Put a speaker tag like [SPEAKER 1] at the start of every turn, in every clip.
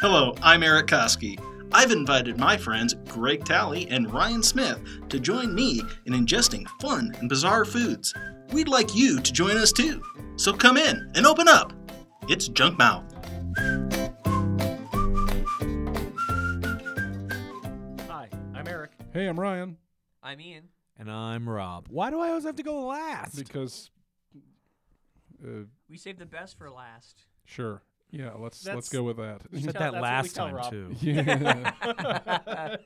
[SPEAKER 1] Hello, I'm Eric Koski. I've invited my friends Greg Talley and Ryan Smith to join me in ingesting fun and bizarre foods. We'd like you to join us too. So come in and open up. It's Junk Mouth.
[SPEAKER 2] Hi, I'm Eric.
[SPEAKER 3] Hey, I'm Ryan.
[SPEAKER 2] I'm Ian.
[SPEAKER 4] And I'm Rob. Why do I always have to go last?
[SPEAKER 3] Because, uh,
[SPEAKER 2] We saved the best for last.
[SPEAKER 3] sure, yeah, let's let's
[SPEAKER 4] That's-
[SPEAKER 3] go with that.
[SPEAKER 4] You said
[SPEAKER 5] tell-
[SPEAKER 4] that
[SPEAKER 5] that's
[SPEAKER 4] last
[SPEAKER 5] what
[SPEAKER 4] time
[SPEAKER 5] we tell
[SPEAKER 4] too.
[SPEAKER 3] yeah,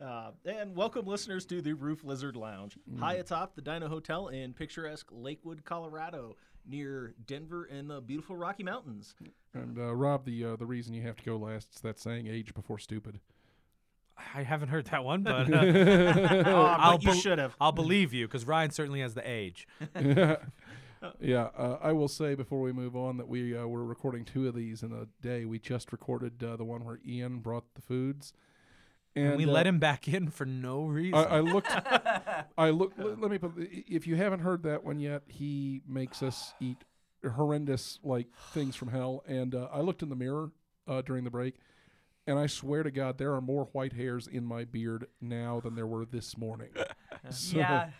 [SPEAKER 5] Uh, and welcome listeners to the Roof Lizard Lounge, high atop the Dino Hotel in picturesque Lakewood, Colorado, near Denver and the beautiful Rocky Mountains.
[SPEAKER 3] and uh, Rob, the uh, the reason you have to go last is that saying "age before stupid."
[SPEAKER 4] I haven't heard that one, but uh,
[SPEAKER 5] Ah,
[SPEAKER 4] I'll
[SPEAKER 5] but you
[SPEAKER 4] bel-
[SPEAKER 5] should have.
[SPEAKER 4] I'll believe you because Ryan certainly has the age.
[SPEAKER 3] Yeah, uh, I will say before we move on that we uh, were recording two of these in a day. We just recorded uh, the one where Ian brought the foods, and,
[SPEAKER 4] And we
[SPEAKER 3] uh,
[SPEAKER 4] let him back in for no reason.
[SPEAKER 3] I, I looked. I look. Let, let me. Put, i- if you haven't heard that one yet, he makes us eat horrendous like things from hell. And uh, I looked in the mirror uh, during the break, and I swear to God, there are more white hairs in my beard now than there were this morning. So-
[SPEAKER 2] Yeah.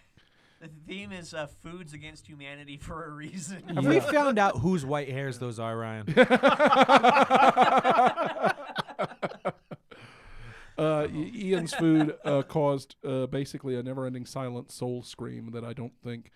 [SPEAKER 2] The theme is uh, foods against humanity for a reason.
[SPEAKER 4] have we found out whose white hairs those are, Ryan?
[SPEAKER 3] Uh, I- Ian's food uh, caused uh, basically a never-ending silent soul scream that I don't think.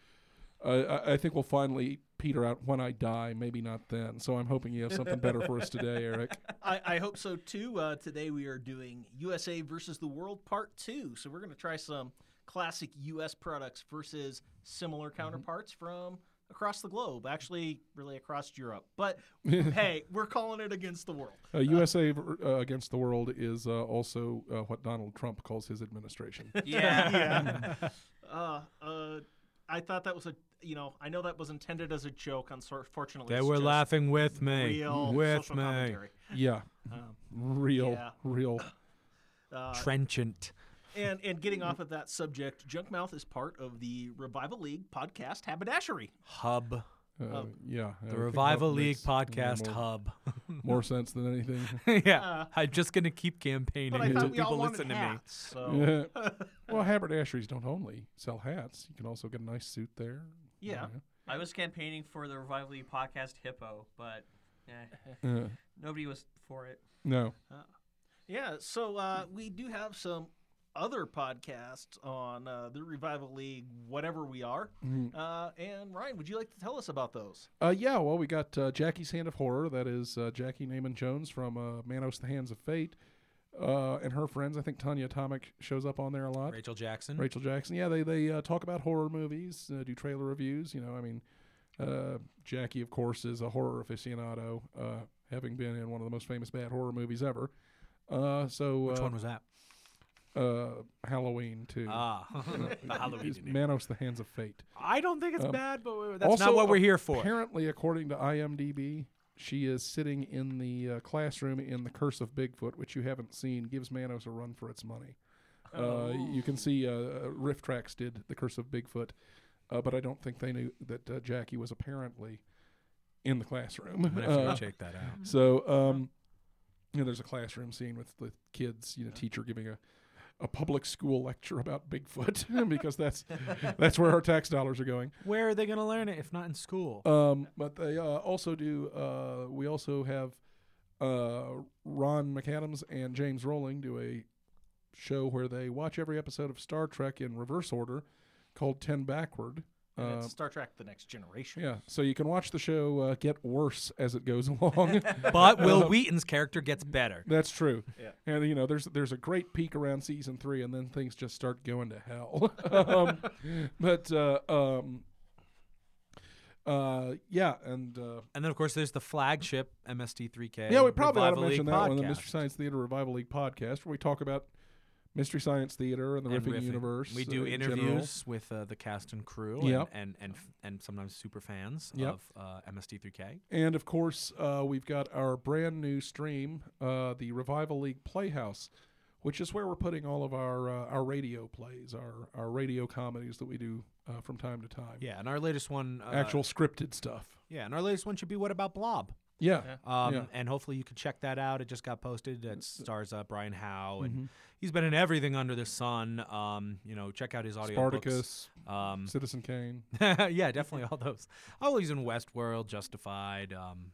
[SPEAKER 3] I- I, I think we'll finally peter out when I die. Maybe not then. So I'm hoping you have something better for us today, Eric.
[SPEAKER 5] I, I hope so too. Uh, today we are doing USA versus the World Part 2. So we're going to try some classic US products versus similar
[SPEAKER 4] Mm-hmm.
[SPEAKER 5] counterparts from across the globe, actually, really across Europe. But hey, we're calling it against the world.
[SPEAKER 3] Uh, USA ver- uh, against the world is uh, also uh, what Donald Trump calls his administration.
[SPEAKER 2] yeah.
[SPEAKER 5] Uh, uh, I thought that was a you know I know that was intended as a joke. Unfortunately,
[SPEAKER 4] They
[SPEAKER 5] it's
[SPEAKER 4] were
[SPEAKER 5] just
[SPEAKER 4] laughing with me.
[SPEAKER 5] Real
[SPEAKER 4] With
[SPEAKER 5] social
[SPEAKER 4] me.
[SPEAKER 5] commentary.
[SPEAKER 3] yeah,
[SPEAKER 4] Um,
[SPEAKER 3] real,
[SPEAKER 5] yeah.
[SPEAKER 3] real.
[SPEAKER 5] Uh,
[SPEAKER 4] Trenchant.
[SPEAKER 5] and and getting
[SPEAKER 4] Mm-hmm.
[SPEAKER 5] off of that subject, Junkmouth is part of the Revival League podcast haberdashery.
[SPEAKER 4] Hub.
[SPEAKER 3] Uh, yeah, I
[SPEAKER 4] Um, The
[SPEAKER 3] think
[SPEAKER 4] Revival
[SPEAKER 3] that
[SPEAKER 4] League
[SPEAKER 3] makes, you know,
[SPEAKER 4] podcast
[SPEAKER 3] more,
[SPEAKER 4] hub.
[SPEAKER 3] more sense than anything.
[SPEAKER 4] yeah. I'm just going to keep campaigning
[SPEAKER 5] Uh, But I
[SPEAKER 4] until
[SPEAKER 5] thought we all
[SPEAKER 4] people
[SPEAKER 5] wanted
[SPEAKER 4] listen to me.
[SPEAKER 5] hats, so yeah.
[SPEAKER 3] Yeah. well, haberdasheries don't only sell hats. You can also get a nice suit there.
[SPEAKER 2] I was campaigning for the Revival League podcast Hippo, but eh,
[SPEAKER 3] Uh,
[SPEAKER 2] nobody was for it.
[SPEAKER 3] no.
[SPEAKER 5] Yeah, so uh, we do have some other podcasts on uh, the Revival League, whatever we are.
[SPEAKER 3] Mm-hmm.
[SPEAKER 5] Uh, and Ryan, would you like to tell us about those?
[SPEAKER 3] Uh, yeah, well, we got uh, Jackie's Hand of Horror. That is uh, Jackie Naaman Jones from uh, Manos, The Hands of Fate, uh, and her friends. I think Tanya Atomic shows up on there a lot.
[SPEAKER 4] Rachel Jackson.
[SPEAKER 3] Rachel Jackson. Yeah, they they uh, talk about horror movies, uh, do trailer reviews. You know, I mean, uh, Jackie, of course, is a horror aficionado, uh, having been in one of the most famous bad horror movies ever. Uh, so
[SPEAKER 4] Which
[SPEAKER 3] uh,
[SPEAKER 4] one was that?
[SPEAKER 5] hmm.
[SPEAKER 3] uh, Halloween too.
[SPEAKER 4] Ah, the Halloween.
[SPEAKER 3] Is
[SPEAKER 4] edition.
[SPEAKER 3] Manos, The Hands of Fate.
[SPEAKER 4] I don't think it's
[SPEAKER 3] Um,
[SPEAKER 4] bad, but that's
[SPEAKER 3] also,
[SPEAKER 4] not what we're here for.
[SPEAKER 3] Apparently, according to IMDb, she is sitting in the uh, classroom in The Curse of Bigfoot, which you haven't seen, gives Manos a run for its money. Uh, you can see uh, uh, Riff Trax did The Curse of Bigfoot, uh, but I don't think they knew that uh, Jackie was apparently in the classroom.
[SPEAKER 4] I'm gonna have to go
[SPEAKER 3] Uh,
[SPEAKER 4] check that out.
[SPEAKER 3] so, um, you know, there's a classroom scene with the kids, you know, teacher giving a, a public school lecture about Bigfoot because that's that's where our tax dollars are going.
[SPEAKER 4] Where are they going to learn it if not in school?
[SPEAKER 3] Um, but they uh, also do. Uh, we also have uh, Ron McAdams and James Rowling do a show where they watch every episode of Star Trek in reverse order, called Ten Backward.
[SPEAKER 5] And
[SPEAKER 3] Uh,
[SPEAKER 5] it's Star Trek: The Next Generation.
[SPEAKER 3] yeah, so you can watch the show uh, get worse as it goes along.
[SPEAKER 4] but Will Wheaton's character gets better.
[SPEAKER 3] That's true.
[SPEAKER 5] Yeah.
[SPEAKER 3] And you know, there's there's a great peak around season three, and then things just start going to hell. um, but uh, um, uh, yeah, and uh,
[SPEAKER 4] And then, of course, there's the flagship MST3K.
[SPEAKER 3] yeah, we probably ought to
[SPEAKER 4] Revival League
[SPEAKER 3] mention that one, the
[SPEAKER 4] podcast.
[SPEAKER 3] Mystery Science Theater Revival League podcast, where we talk about Mystery Science Theater and the
[SPEAKER 4] And
[SPEAKER 3] riffing,
[SPEAKER 4] riffing.
[SPEAKER 3] universe.
[SPEAKER 4] We
[SPEAKER 3] uh,
[SPEAKER 4] do
[SPEAKER 3] in general.
[SPEAKER 4] interviews with uh, the cast and crew,
[SPEAKER 3] Yep.
[SPEAKER 4] and, and and f- and sometimes super fans
[SPEAKER 3] Yep.
[SPEAKER 4] of uh, MST3K.
[SPEAKER 3] And of course, uh, we've got our brand new stream, uh, the Revival League Playhouse, which is where we're putting all of our uh, our radio plays, our our radio comedies that we do uh, from time to time.
[SPEAKER 4] Yeah, and our latest one, uh,
[SPEAKER 3] actual scripted stuff.
[SPEAKER 4] yeah, and our latest one should be what about Blob?
[SPEAKER 3] Yeah.
[SPEAKER 5] Yeah.
[SPEAKER 4] Um,
[SPEAKER 3] Yeah.
[SPEAKER 4] And hopefully you can check that out. It just got posted. It stars uh, Brian Howe,
[SPEAKER 3] Mm-hmm.
[SPEAKER 4] and he's been in everything under the sun. Um, you know, check out his audio
[SPEAKER 3] Spartacus,
[SPEAKER 4] Um,
[SPEAKER 3] Citizen Kane.
[SPEAKER 4] yeah, definitely all those. Oh, he's in Westworld, Justified, um,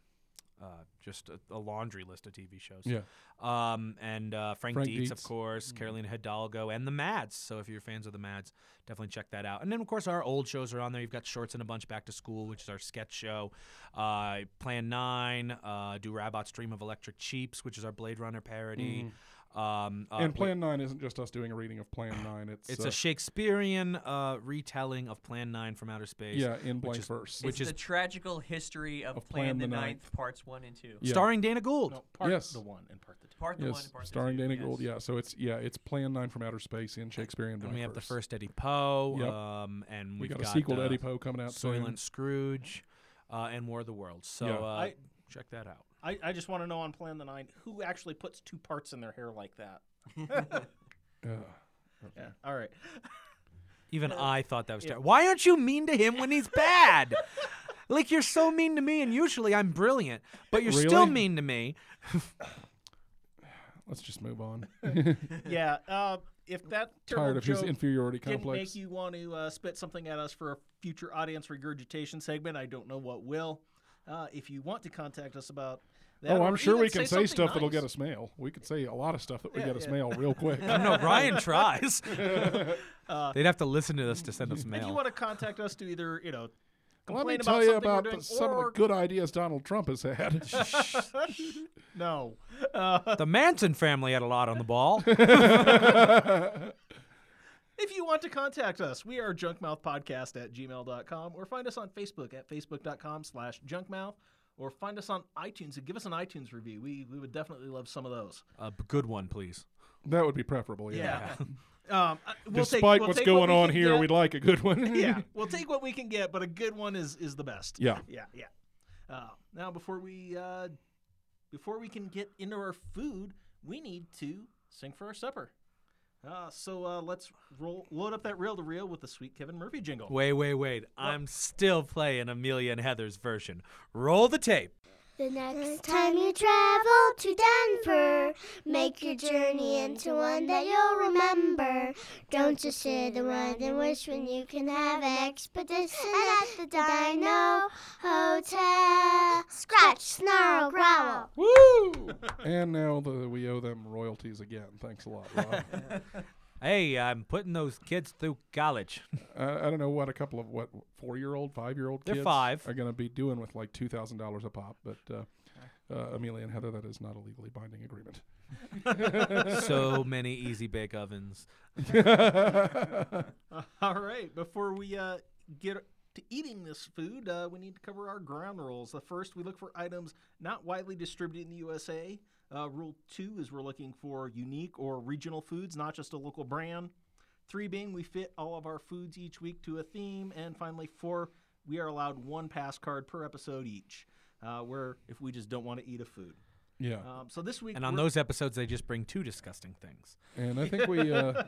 [SPEAKER 4] uh, just a, a laundry list of TV shows.
[SPEAKER 3] Yeah.
[SPEAKER 4] Um, and uh, Frank,
[SPEAKER 3] Frank
[SPEAKER 4] Dietz,
[SPEAKER 3] Dietz. Mm-hmm.
[SPEAKER 4] of course, Carolina Hidalgo, and the Mads. So if you're fans of the Mads, definitely check that out. And then of course our old shows are on there. You've got Shorts and a Bunch Back to School, which is our sketch show. Uh, Plan Nine, uh, do Rabot's Dream of Electric Cheaps, which is our Blade Runner parody. Um, uh,
[SPEAKER 3] Mm. and Plan Nine isn't just us doing a reading of Plan Nine. It's,
[SPEAKER 4] It's
[SPEAKER 3] uh,
[SPEAKER 4] a Shakespearean uh, retelling of Plan Nine from Outer Space.
[SPEAKER 3] yeah in blank
[SPEAKER 4] is-
[SPEAKER 3] verse.
[SPEAKER 2] it's
[SPEAKER 4] which is-
[SPEAKER 2] the tragical history of,
[SPEAKER 3] Of
[SPEAKER 2] Plan the Ninth, parts one and two.
[SPEAKER 3] Yeah.
[SPEAKER 4] starring Dana Gould.
[SPEAKER 5] No, part
[SPEAKER 3] Yes.
[SPEAKER 5] the one and part the two.
[SPEAKER 2] Part the one,
[SPEAKER 3] yes,
[SPEAKER 2] and part
[SPEAKER 3] starring
[SPEAKER 2] the two,
[SPEAKER 3] Dana
[SPEAKER 2] yes.
[SPEAKER 3] Gould. Yeah, so it's yeah, it's Plan Nine from Outer Space in Shakespearean.
[SPEAKER 4] And we have the
[SPEAKER 3] verse.
[SPEAKER 4] first Eddie Poe,
[SPEAKER 3] Yep.
[SPEAKER 4] um, and
[SPEAKER 3] We
[SPEAKER 4] we've
[SPEAKER 3] got, a sequel to
[SPEAKER 4] uh,
[SPEAKER 3] Eddie Poe coming out soon.
[SPEAKER 4] Soylent Scrooge, uh, and War of the Worlds. So
[SPEAKER 3] Yeah.
[SPEAKER 4] uh,
[SPEAKER 5] I-
[SPEAKER 4] check that out.
[SPEAKER 5] I, I just want to know on Plan the Nine who actually puts two parts in their hair like that.
[SPEAKER 3] Ugh.
[SPEAKER 5] Yeah. All right.
[SPEAKER 4] Even I thought that was terrible. Why aren't you mean to him when he's bad? like you're so mean to me, and usually I'm brilliant, but you're still
[SPEAKER 3] Really?
[SPEAKER 4] mean to me.
[SPEAKER 3] Let's just move on.
[SPEAKER 5] Yeah. Uh, if that terrible
[SPEAKER 3] Tired of his
[SPEAKER 5] joke
[SPEAKER 3] inferiority
[SPEAKER 5] didn't make
[SPEAKER 3] complex.
[SPEAKER 5] you want to uh, spit something at us for a future audience regurgitation segment, I don't know what will. Uh, if you want to contact us about that,
[SPEAKER 3] oh,
[SPEAKER 5] or
[SPEAKER 3] I'm sure
[SPEAKER 5] even
[SPEAKER 3] we can say,
[SPEAKER 5] something
[SPEAKER 3] stuff that'll
[SPEAKER 5] nice.
[SPEAKER 3] get us mail. We could say a lot of stuff that we
[SPEAKER 5] Yeah,
[SPEAKER 3] get us
[SPEAKER 5] yeah.
[SPEAKER 3] mail real quick.
[SPEAKER 4] I don't know. Ryan tries. They'd have to listen to this to send us
[SPEAKER 5] Uh, If you
[SPEAKER 4] mail.
[SPEAKER 5] want to contact us to either, you know,
[SPEAKER 3] Let
[SPEAKER 5] complain
[SPEAKER 3] me tell
[SPEAKER 5] about
[SPEAKER 3] you
[SPEAKER 5] something
[SPEAKER 3] about
[SPEAKER 5] we're
[SPEAKER 3] the,
[SPEAKER 5] doing,
[SPEAKER 3] some of
[SPEAKER 5] or
[SPEAKER 3] the good ideas Donald Trump has had.
[SPEAKER 5] no. Uh,
[SPEAKER 4] the Manson family had a lot on the ball.
[SPEAKER 5] if you want to contact us, we are junkmouthpodcast at gmail.com or find us on Facebook at facebook.com slash junkmouth or find us on iTunes and give us an iTunes review. We, we would definitely love some of those.
[SPEAKER 4] a Uh, b- good one, please.
[SPEAKER 3] that would be preferable. Yeah.
[SPEAKER 5] Um, I- we'll take-
[SPEAKER 3] Despite
[SPEAKER 5] we'll
[SPEAKER 3] what's
[SPEAKER 5] take what
[SPEAKER 3] going
[SPEAKER 5] we
[SPEAKER 3] on
[SPEAKER 5] can
[SPEAKER 3] here,
[SPEAKER 5] get.
[SPEAKER 3] we'd like a good one.
[SPEAKER 5] yeah, we'll take what we can get, but a good one is is the best.
[SPEAKER 3] Yeah.
[SPEAKER 5] yeah, yeah. Uh, now, before we uh, before we can get into our food, we need to sing for our supper. Uh, so uh, let's roll load up that reel to reel with the sweet Kevin Murphy jingle.
[SPEAKER 4] Wait, wait, wait. I'm still playing Amelia and Heather's version. Roll the tape.
[SPEAKER 6] The next time you travel to Denver, make your journey into one that you'll remember. Don't just sit around and wish when you can have an expedition at the Dino Hotel. Scratch, snarl, growl.
[SPEAKER 3] and now the, we owe them royalties again. Thanks a lot, Rob.
[SPEAKER 4] Hey, I'm putting those kids through college.
[SPEAKER 3] I, I don't know what a couple of what four year old, five year old
[SPEAKER 4] They're
[SPEAKER 3] kids
[SPEAKER 4] five.
[SPEAKER 3] are going to be doing with like two thousand dollars a pop. But uh, uh, Amelia and Heather, that is not a legally binding agreement.
[SPEAKER 4] so many easy bake ovens.
[SPEAKER 5] All right, before we uh, get to eating this food, uh, we need to cover our ground rules. The first, we look for items not widely distributed in the USA. Uh, rule two is we're looking for unique or regional foods, not just a local brand. Three being we fit all of our foods each week to a theme. And finally, four, we are allowed one pass card per episode each, uh, where if we just don't want to eat a food.
[SPEAKER 3] Yeah,
[SPEAKER 5] Um, so this week,
[SPEAKER 4] And on
[SPEAKER 5] we're-
[SPEAKER 4] those episodes, they just bring two disgusting things.
[SPEAKER 3] and I think we. Uh,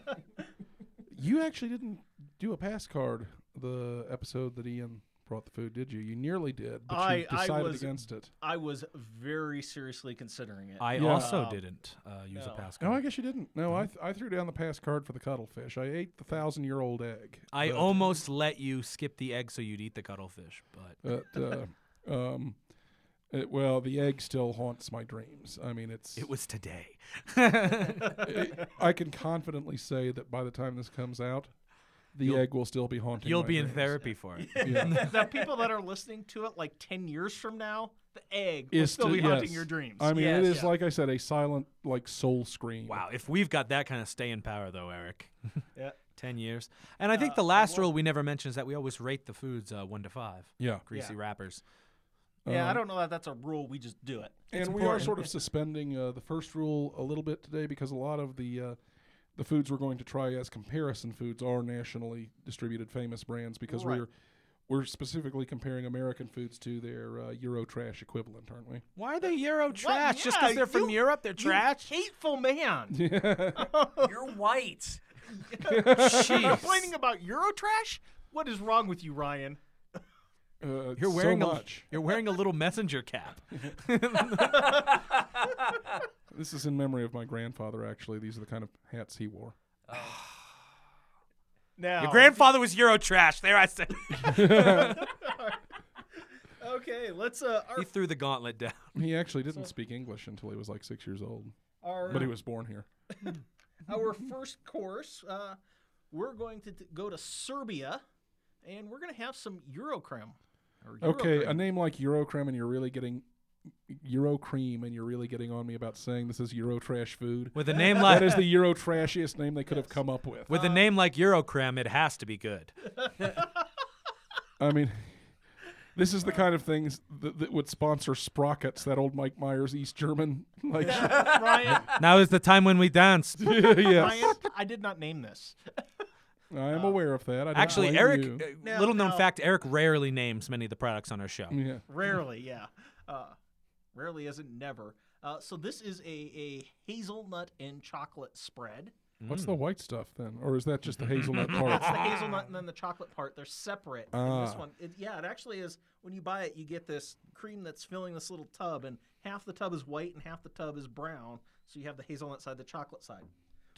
[SPEAKER 3] you actually didn't do a pass card the episode that Ian brought the food, did you? You nearly did, but you
[SPEAKER 5] I- I
[SPEAKER 3] decided
[SPEAKER 5] was-
[SPEAKER 3] against it.
[SPEAKER 5] I was very seriously considering it. Um,
[SPEAKER 4] I
[SPEAKER 3] Yeah.
[SPEAKER 4] also didn't uh, use
[SPEAKER 5] No.
[SPEAKER 4] a pass
[SPEAKER 3] No,
[SPEAKER 4] card.
[SPEAKER 3] I guess you didn't. No, I, th- I threw down the pass card for the cuttlefish. I ate the thousand year old egg.
[SPEAKER 4] I
[SPEAKER 3] but-
[SPEAKER 4] almost let you skip the egg so you'd eat the cuttlefish, but
[SPEAKER 3] But uh, um, it, well, the egg still haunts my dreams. I mean, it's.
[SPEAKER 4] it was today.
[SPEAKER 3] it- I can confidently say that by the time this comes out, the egg will still be haunting.
[SPEAKER 4] You'll
[SPEAKER 3] my
[SPEAKER 4] be in
[SPEAKER 3] dreams.
[SPEAKER 4] therapy for it.
[SPEAKER 3] Yeah.
[SPEAKER 5] the people that are listening to it like 10 years from now, the egg will
[SPEAKER 3] Is
[SPEAKER 5] still
[SPEAKER 3] to-
[SPEAKER 5] be haunting
[SPEAKER 3] yes.
[SPEAKER 5] your dreams.
[SPEAKER 3] I mean, it
[SPEAKER 5] Yes.
[SPEAKER 3] is like I said, a silent, like soul scream.
[SPEAKER 4] Wow, if we've got that kind of staying power, though, Eric.
[SPEAKER 5] Yeah.
[SPEAKER 4] 10 years. And I think the last rule we never mentioned is that we always rate the foods uh, one to five.
[SPEAKER 3] Yeah.
[SPEAKER 4] Greasy
[SPEAKER 5] Yeah.
[SPEAKER 4] wrappers.
[SPEAKER 3] Uh-huh.
[SPEAKER 5] Yeah, I don't know that that's a rule. We just do it.
[SPEAKER 3] and we are sort of suspending uh, the first rule a little bit today because a lot of the uh, the foods we're going to try as comparison foods are nationally distributed famous brands because
[SPEAKER 5] Right.
[SPEAKER 3] we're we're specifically comparing American foods to their uh, Euro trash equivalent, aren't we?
[SPEAKER 4] Why are they Euro trash?
[SPEAKER 5] trash?
[SPEAKER 4] Just because
[SPEAKER 5] Yeah,
[SPEAKER 4] they're from
[SPEAKER 5] you-
[SPEAKER 4] Europe, they're
[SPEAKER 5] You
[SPEAKER 4] trash?
[SPEAKER 5] hateful man.
[SPEAKER 2] You're white.
[SPEAKER 4] Jeez.
[SPEAKER 5] Complaining about Eurotrash? What is wrong with you, Ryan?
[SPEAKER 3] uh,
[SPEAKER 4] You're wearing
[SPEAKER 3] so
[SPEAKER 4] a
[SPEAKER 3] much.
[SPEAKER 4] you're wearing a little messenger cap.
[SPEAKER 3] This is in memory of my grandfather. Actually, these are the kind of hats he wore.
[SPEAKER 5] Now,
[SPEAKER 4] Your grandfather was Euro trash. There I said.
[SPEAKER 5] Okay, let's. Uh,
[SPEAKER 4] he threw the gauntlet down.
[SPEAKER 3] He actually didn't speak English until he was like six years old,
[SPEAKER 5] our,
[SPEAKER 3] but he was born here.
[SPEAKER 5] our first course, uh, we're going to t- go to Serbia, and we're going to have some Eurocrem. or
[SPEAKER 3] Okay,
[SPEAKER 5] Eurocrem.
[SPEAKER 3] a name like Eurocrem, and you're really getting Euro cream, and you're really getting on me about saying this is Euro trash food.
[SPEAKER 4] With a name like
[SPEAKER 3] That is the Euro trashiest name they could have come up with.
[SPEAKER 4] with a name like Eurocrem, it has to be good.
[SPEAKER 3] I mean, this is the kind of things that, that would sponsor Sprockets, that old Mike Myers East German like.
[SPEAKER 5] Ryan,
[SPEAKER 4] Now is the time when we danced.
[SPEAKER 3] yes,
[SPEAKER 5] Ryan, I did not name this.
[SPEAKER 3] I am aware of that. I don't
[SPEAKER 4] Actually,
[SPEAKER 3] blame
[SPEAKER 4] Eric.
[SPEAKER 3] you.
[SPEAKER 4] uh,
[SPEAKER 5] No,
[SPEAKER 4] little known
[SPEAKER 5] no.
[SPEAKER 4] fact: Eric rarely names many of the products on our show.
[SPEAKER 3] Yeah.
[SPEAKER 5] Rarely, yeah. Uh, rarely isn't never. Uh, so this is a, a hazelnut and chocolate spread.
[SPEAKER 3] What's
[SPEAKER 4] Hmm.
[SPEAKER 3] the white stuff then, or is that just the hazelnut
[SPEAKER 5] That's the
[SPEAKER 3] part?
[SPEAKER 5] hazelnut and then the chocolate part. They're separate. And this
[SPEAKER 3] Ah.
[SPEAKER 5] one, it, yeah, it actually is. When you buy it, you get this cream that's filling this little tub, and half the tub is white and half the tub is brown. So you have the hazelnut side, the chocolate side.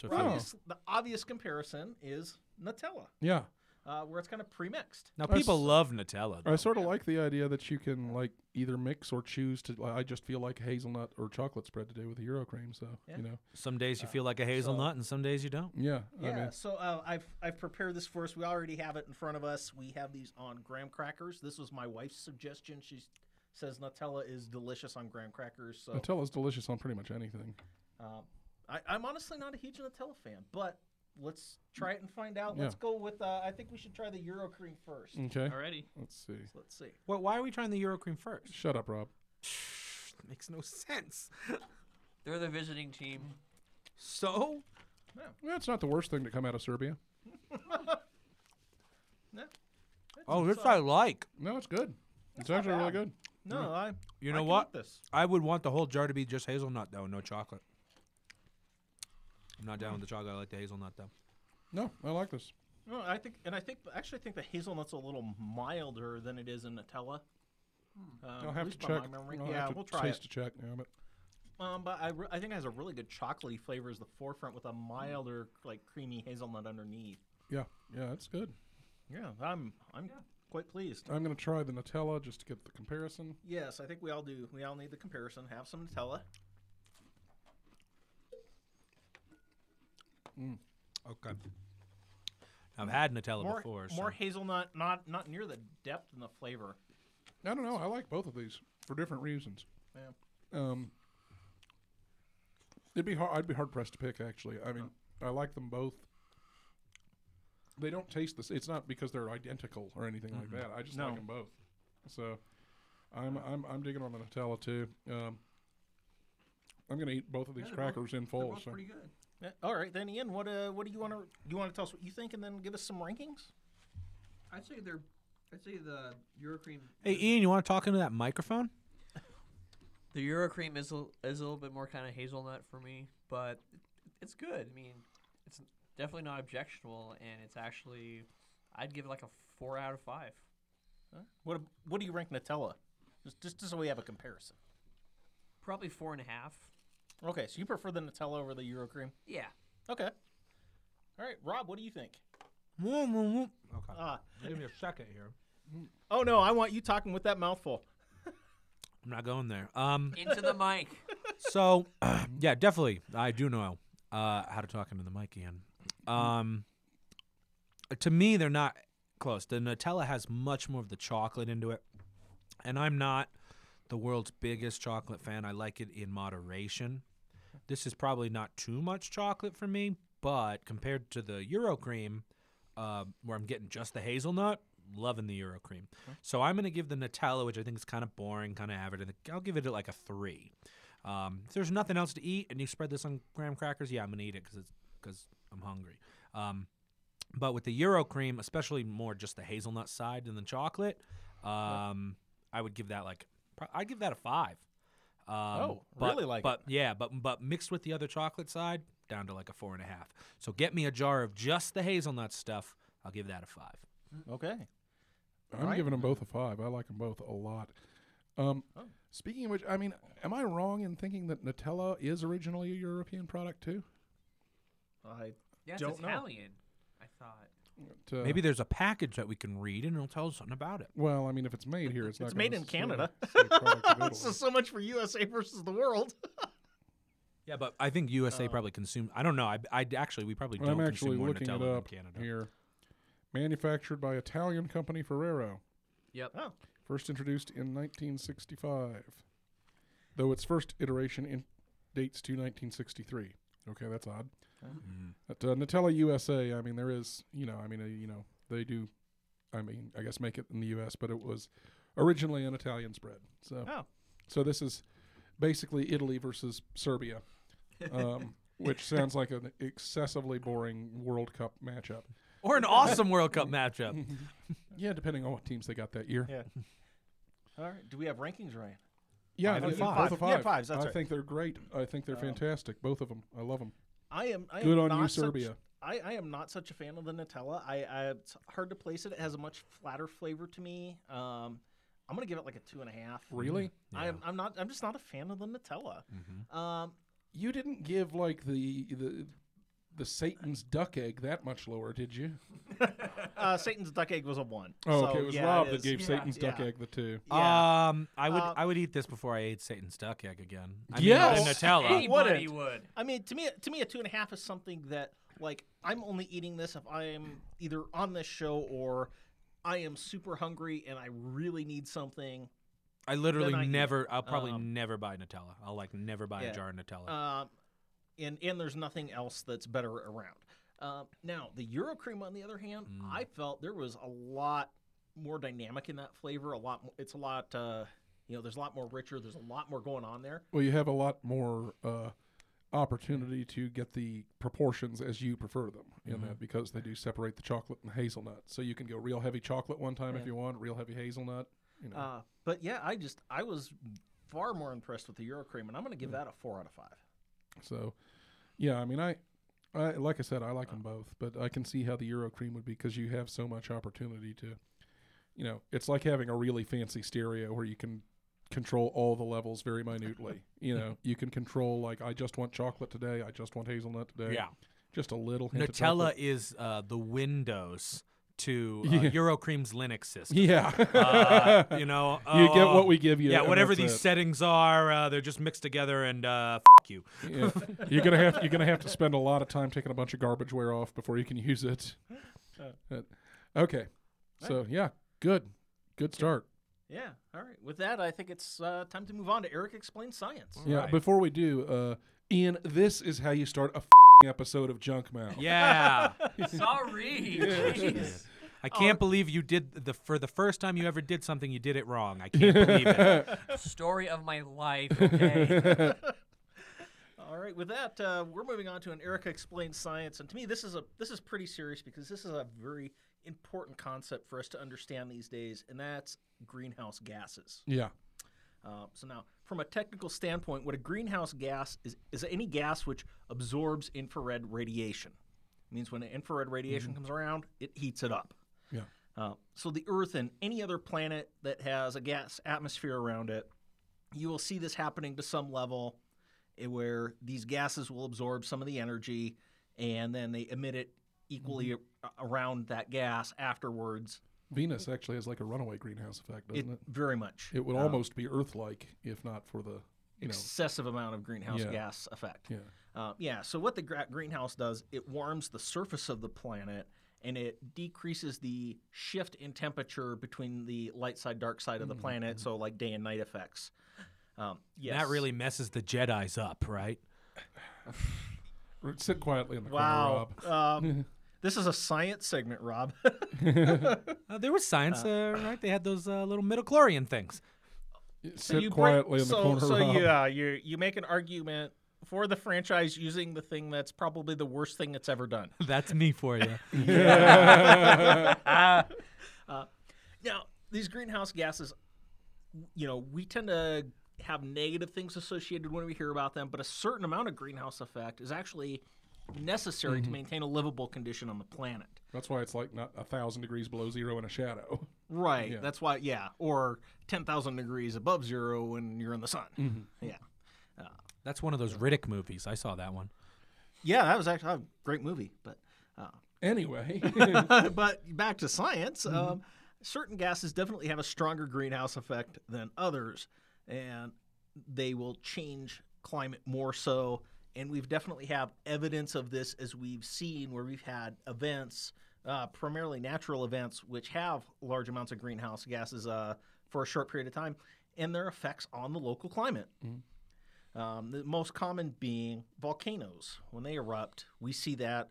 [SPEAKER 4] So
[SPEAKER 3] Wow.
[SPEAKER 5] Obvious, the obvious comparison is Nutella,
[SPEAKER 3] yeah,
[SPEAKER 5] uh, where it's kind of pre-mixed.
[SPEAKER 4] Now people love Nutella.
[SPEAKER 3] I sort of like the idea that you can like either mix or choose to. I just feel like hazelnut or chocolate spread today with the Euro cream, so you know.
[SPEAKER 4] Some days you feel like a hazelnut, and some days you don't.
[SPEAKER 3] Yeah,
[SPEAKER 5] Yeah,
[SPEAKER 3] I mean,
[SPEAKER 5] so uh, I've I've prepared this for us. We already have it in front of us. We have these on graham crackers. This was my wife's suggestion. She s- says Nutella is delicious on graham crackers. So
[SPEAKER 3] Nutella's delicious on pretty much anything.
[SPEAKER 5] um, I, I'm honestly not a huge Nutella fan, but let's try it and find out. Let's
[SPEAKER 3] Yeah. Mm.
[SPEAKER 5] go with. Uh, I think we should try the Euro cream first.
[SPEAKER 3] Okay,
[SPEAKER 2] Already.
[SPEAKER 3] let's see.
[SPEAKER 5] Let's see.
[SPEAKER 4] Well, why are we trying the Eurocreme first?
[SPEAKER 3] Shut up, Rob.
[SPEAKER 4] Makes no sense.
[SPEAKER 2] They're the visiting team.
[SPEAKER 4] So
[SPEAKER 3] That's not the worst thing to come out of Serbia.
[SPEAKER 5] No,
[SPEAKER 4] Oh, this I like.
[SPEAKER 3] No, it's good. It's actually really good.
[SPEAKER 5] no, I.
[SPEAKER 4] You
[SPEAKER 5] I
[SPEAKER 4] know
[SPEAKER 5] can
[SPEAKER 4] what?
[SPEAKER 5] eat This.
[SPEAKER 4] I would want the whole jar to be just hazelnut though, no chocolate. I'm not down with the chocolate. I like the hazelnut though.
[SPEAKER 3] No, I like this.
[SPEAKER 5] No, I think, and I think actually I think the hazelnut's a little milder than it is in Nutella. Um,
[SPEAKER 3] Hmm. I'll
[SPEAKER 5] at
[SPEAKER 3] have to
[SPEAKER 5] least by
[SPEAKER 3] check.
[SPEAKER 5] my memory.
[SPEAKER 3] I'll have
[SPEAKER 5] yeah,
[SPEAKER 3] to
[SPEAKER 5] we'll try it.
[SPEAKER 3] taste to check now, but
[SPEAKER 5] Um, but I, re- I think it has a really good chocolatey flavor as the forefront with a milder, like creamy hazelnut underneath.
[SPEAKER 3] yeah, yeah, it's good.
[SPEAKER 5] Yeah, I'm I'm quite pleased.
[SPEAKER 3] I'm gonna try the Nutella just to get the comparison.
[SPEAKER 5] Yes, I think we all do. We all need the comparison. Have some Nutella.
[SPEAKER 4] Okay. I've had Nutella
[SPEAKER 5] More
[SPEAKER 4] before.
[SPEAKER 5] more
[SPEAKER 4] so.
[SPEAKER 5] hazelnut, not not near the depth and the flavor.
[SPEAKER 3] I don't know. I like both of these for different reasons.
[SPEAKER 5] Yeah.
[SPEAKER 3] Um, it'd be hard. I'd be hard pressed to pick. Actually, I mean, I like them both. They don't taste this. It's not because they're identical or anything like that. I just like
[SPEAKER 5] Mm-hmm. No.
[SPEAKER 3] them both. So, I'm I'm I'm digging on the Nutella too. Um, I'm gonna eat both of these crackers in full. so.
[SPEAKER 5] good. all right, then Ian, what uh, what do you want to you want to tell us what you think and then give us some rankings?
[SPEAKER 2] I'd say they're. I'd say the Eurocream.
[SPEAKER 4] hey, Ian, you want to talk into that microphone?
[SPEAKER 2] The Eurocream is a, is a little bit more kind of hazelnut for me, but it's good. I mean, it's definitely not objectionable, and it's actually. I'd give it like a four out of five.
[SPEAKER 5] What ab- what do you rank Nutella? Just just, just so we have a comparison.
[SPEAKER 2] Probably four and a half.
[SPEAKER 5] Okay, so you prefer the Nutella over the Euro cream?
[SPEAKER 2] Yeah.
[SPEAKER 5] Okay. All right, Rob, what do you think?
[SPEAKER 4] Whoom, whoom, whoom. Okay.
[SPEAKER 5] Ah.
[SPEAKER 4] Give me a second here.
[SPEAKER 5] Oh no, I want you talking with that mouthful.
[SPEAKER 4] I'm not going there. Um.
[SPEAKER 2] Into the mic.
[SPEAKER 4] So, yeah, definitely, I do know uh, how to talk into the mic, Ian. Um, to me, they're not close. The Nutella has much more of the chocolate into it, and I'm not the world's biggest chocolate fan. I like it in moderation. This is probably not too much chocolate for me, but compared to the Euro cream, uh, where I'm getting just the hazelnut, loving the Euro cream. So I'm gonna give the Nutella, which I think is kind of boring, kind of average. I think I'll give it like a three. Um, if there's nothing else to eat and you spread this on graham crackers, yeah, I'm gonna eat it because because I'm hungry. Um, but with the Euro cream, especially more just the hazelnut side and the chocolate, um, I would give that like pro- I'd give that a five. Um,
[SPEAKER 5] Oh,
[SPEAKER 4] but-
[SPEAKER 5] really like
[SPEAKER 4] But yeah, but but mixed with the other chocolate side, down to like a four and a half. So get me a jar of just the hazelnut stuff. I'll give that a five.
[SPEAKER 5] Okay.
[SPEAKER 3] I'm
[SPEAKER 5] Right.
[SPEAKER 3] giving them both a five. I like them both a lot. Um,
[SPEAKER 5] Oh.
[SPEAKER 3] Speaking of which, I mean, am I wrong in thinking that Nutella is originally a European product too?
[SPEAKER 5] I
[SPEAKER 2] Yeah, it's
[SPEAKER 5] Don't know.
[SPEAKER 2] Italian. I thought.
[SPEAKER 3] But, uh,
[SPEAKER 4] Maybe there's a package that we can read and it'll tell us something about it.
[SPEAKER 3] Well, I mean, if it's made here, it's not.
[SPEAKER 5] It's
[SPEAKER 3] gonna
[SPEAKER 5] made in
[SPEAKER 3] say-
[SPEAKER 5] Canada.
[SPEAKER 3] say product of Italy.
[SPEAKER 5] so, so much for USA versus the world.
[SPEAKER 4] Yeah, but I think USA probably consumed. I don't know. I, I actually we probably
[SPEAKER 3] Uh, I'm
[SPEAKER 4] don't
[SPEAKER 3] actually
[SPEAKER 4] consume more
[SPEAKER 3] looking it
[SPEAKER 4] Nutella
[SPEAKER 3] up
[SPEAKER 4] than Canada.
[SPEAKER 3] here. Manufactured by Italian company Ferrero.
[SPEAKER 2] Yep.
[SPEAKER 5] Oh.
[SPEAKER 3] First introduced in 1965, though its first iteration in, dates to 1963. Okay, that's odd.
[SPEAKER 5] Oh.
[SPEAKER 4] Mm-hmm.
[SPEAKER 3] But, uh, Nutella USA. I mean, there is, you know, I mean, uh, you know, they do. I mean, I guess make it in the U.S., but it was originally an Italian spread. So,
[SPEAKER 5] Oh.
[SPEAKER 3] so this is basically Italy versus Serbia, um, which sounds like an excessively boring World Cup matchup.
[SPEAKER 4] Or an awesome World Cup matchup.
[SPEAKER 3] Yeah, depending on what teams they got that year.
[SPEAKER 5] Yeah. All right. Do we have rankings, Ryan?
[SPEAKER 3] Yeah,
[SPEAKER 4] Five
[SPEAKER 3] I
[SPEAKER 4] and
[SPEAKER 3] think
[SPEAKER 4] five.
[SPEAKER 3] both of
[SPEAKER 5] Yeah,
[SPEAKER 3] five.
[SPEAKER 5] fives, that's
[SPEAKER 3] I
[SPEAKER 5] right. Um,
[SPEAKER 3] think they're great. I think they're fantastic. Both of them. I love them.
[SPEAKER 5] I am. I
[SPEAKER 3] Good
[SPEAKER 5] am
[SPEAKER 3] on you,
[SPEAKER 5] not such-
[SPEAKER 3] Serbia.
[SPEAKER 5] I, I am not such a fan of the Nutella. I, I it's hard to place it. It has a much flatter flavor to me. Um, I'm gonna give it like a two and a half.
[SPEAKER 3] Really?
[SPEAKER 5] I am. I'm not. I'm just not a fan of the Nutella. Um,
[SPEAKER 3] You didn't give like the the the Satan's duck egg that much lower, did you?
[SPEAKER 5] uh, Satan's duck egg was a one.
[SPEAKER 3] Oh,
[SPEAKER 5] So,
[SPEAKER 3] okay. It was
[SPEAKER 5] yeah,
[SPEAKER 3] Rob
[SPEAKER 5] it
[SPEAKER 3] that
[SPEAKER 5] is.
[SPEAKER 3] gave
[SPEAKER 2] Yeah,
[SPEAKER 3] Satan's duck
[SPEAKER 5] yeah.
[SPEAKER 3] egg the two.
[SPEAKER 5] Yeah.
[SPEAKER 4] Um, I would
[SPEAKER 5] Uh,
[SPEAKER 4] I would eat this before I ate Satan's duck egg again. I
[SPEAKER 3] Yes!
[SPEAKER 4] mean, the Nutella.
[SPEAKER 2] Anybody
[SPEAKER 5] wouldn't.
[SPEAKER 2] would.
[SPEAKER 5] I mean, to me, to me, a two and a half is something that like I'm only eating this if I'm either on this show or I am super hungry and I really need something.
[SPEAKER 4] I literally
[SPEAKER 5] Then I eat it.
[SPEAKER 4] never. I'll probably
[SPEAKER 5] Um,
[SPEAKER 4] never buy Nutella. I'll like never buy
[SPEAKER 5] Yeah.
[SPEAKER 4] a jar of Nutella.
[SPEAKER 5] Um, and and there's nothing else that's better around. Um, now the Euro cream, on the other hand, I felt there was a lot more dynamic in that flavor. A lot, mo- it's a lot. Uh, you know, there's a lot more richer. There's a lot more going on there.
[SPEAKER 3] Well, you have a lot more uh, opportunity to get the proportions as you prefer them in that because they do separate the chocolate and hazelnut. So you can go real heavy chocolate one time if you want, real heavy hazelnut. You know.
[SPEAKER 5] Uh, but yeah, I just I was far more impressed with the Euro cream, and I'm going to give that a four out of five.
[SPEAKER 3] So, yeah, I mean, I, I like I said, I like them both, but I can see how the Euro cream would be because you have so much opportunity to, you know, it's like having a really fancy stereo where you can control all the levels very minutely. you know, you can control like I just want chocolate today, I just want hazelnut today.
[SPEAKER 4] Yeah.
[SPEAKER 3] just a little hint of
[SPEAKER 4] Nutella
[SPEAKER 3] chocolate.
[SPEAKER 4] is uh, the Windows to uh,
[SPEAKER 3] Yeah.
[SPEAKER 4] Eurocream's Linux system.
[SPEAKER 3] Yeah,
[SPEAKER 4] Uh, you know,
[SPEAKER 3] You get
[SPEAKER 4] oh,
[SPEAKER 3] what we give you,
[SPEAKER 4] Yeah,
[SPEAKER 3] and
[SPEAKER 4] whatever
[SPEAKER 3] that's
[SPEAKER 4] these
[SPEAKER 3] it.
[SPEAKER 4] settings are, uh, they're just mixed together, and uh, f- you.
[SPEAKER 3] Yeah. you're gonna have you're gonna have to spend a lot of time taking a bunch of garbageware off before you can use it. But- okay, so yeah, good, good start.
[SPEAKER 5] Yeah. All right. With that, I think it's uh, time to move on to Eric explains science.
[SPEAKER 3] Yeah.
[SPEAKER 4] Right.
[SPEAKER 3] Before we do, uh, Ian, this is how you start a f- episode of Junk Mail.
[SPEAKER 4] Yeah,
[SPEAKER 2] Sorry. Jeez.
[SPEAKER 4] I
[SPEAKER 5] Oh,
[SPEAKER 4] can't believe you did the for the first time you ever did something. You did it wrong. I can't believe it.
[SPEAKER 2] Story of my life. Okay.
[SPEAKER 5] All right. With that, uh, we're moving on to an Eric explains science, and to me, this is a this is pretty serious because this is a very important concept for us to understand these days, and that's greenhouse gases.
[SPEAKER 3] Yeah.
[SPEAKER 5] Uh, so now, from a technical standpoint, what a greenhouse gas is is any gas which absorbs infrared radiation. It means when infrared radiation comes around, it heats it up.
[SPEAKER 3] Mm-hmm. Yeah.
[SPEAKER 5] Uh, so the Earth and any other planet that has a gas atmosphere around it, you will see this happening to some level, eh, where these gases will absorb some of the energy, and then they emit it equally
[SPEAKER 3] Mm-hmm.
[SPEAKER 5] a- around that gas afterwards.
[SPEAKER 3] Venus actually has like a runaway greenhouse effect,
[SPEAKER 5] It,
[SPEAKER 3] doesn't it?
[SPEAKER 5] very much um,
[SPEAKER 3] It, would almost be Earth-like if not for the, you know,
[SPEAKER 5] excessive amount of greenhouse
[SPEAKER 3] Yeah.
[SPEAKER 5] gas effect.
[SPEAKER 3] yeah,
[SPEAKER 5] Uh, yeah. So what the gra- greenhouse does, it warms the surface of the planet and it decreases the shift in temperature between the light side, dark side
[SPEAKER 3] Mm-hmm.
[SPEAKER 5] of the planet. So like day and night effects. Um, yes.
[SPEAKER 4] That really messes the Jedi's up, right?
[SPEAKER 3] R- sit quietly in the corner,
[SPEAKER 5] Wow.
[SPEAKER 3] Rob.
[SPEAKER 5] Um, this is a science segment, Rob.
[SPEAKER 4] Uh, there was science, uh, right? They had those uh, little midichlorian things.
[SPEAKER 3] sit
[SPEAKER 5] you bring-
[SPEAKER 3] quietly in the
[SPEAKER 5] so,
[SPEAKER 3] corner,
[SPEAKER 5] So
[SPEAKER 3] Rob.
[SPEAKER 5] you uh, you you make an argument for the franchise using the thing that's probably the worst thing that's ever done.
[SPEAKER 4] That's me for you.
[SPEAKER 5] Now, these greenhouse gases, you know, we tend to have negative things associated when we hear about them, but a certain amount of greenhouse effect is actually Mm-hmm. necessary to maintain a livable condition on the planet.
[SPEAKER 3] That's why it's like not a thousand degrees below zero in a shadow.
[SPEAKER 5] Right.
[SPEAKER 3] Yeah.
[SPEAKER 5] That's why, yeah. Or 10,000 degrees above zero when you're in the sun. Yeah.
[SPEAKER 4] That's one of those Riddick movies. I saw that one.
[SPEAKER 5] Yeah, that was actually a great movie. But
[SPEAKER 3] Anyway,
[SPEAKER 5] but back to science. Um, certain gases definitely have a stronger greenhouse effect than others, and they will change climate more so. And we've definitely have evidence of this as we've seen where we've had events, uh, primarily natural events, which have large amounts of greenhouse gases uh, for a short period of time, and their effects on the local climate. Um, the most common being volcanoes. When they erupt, we see that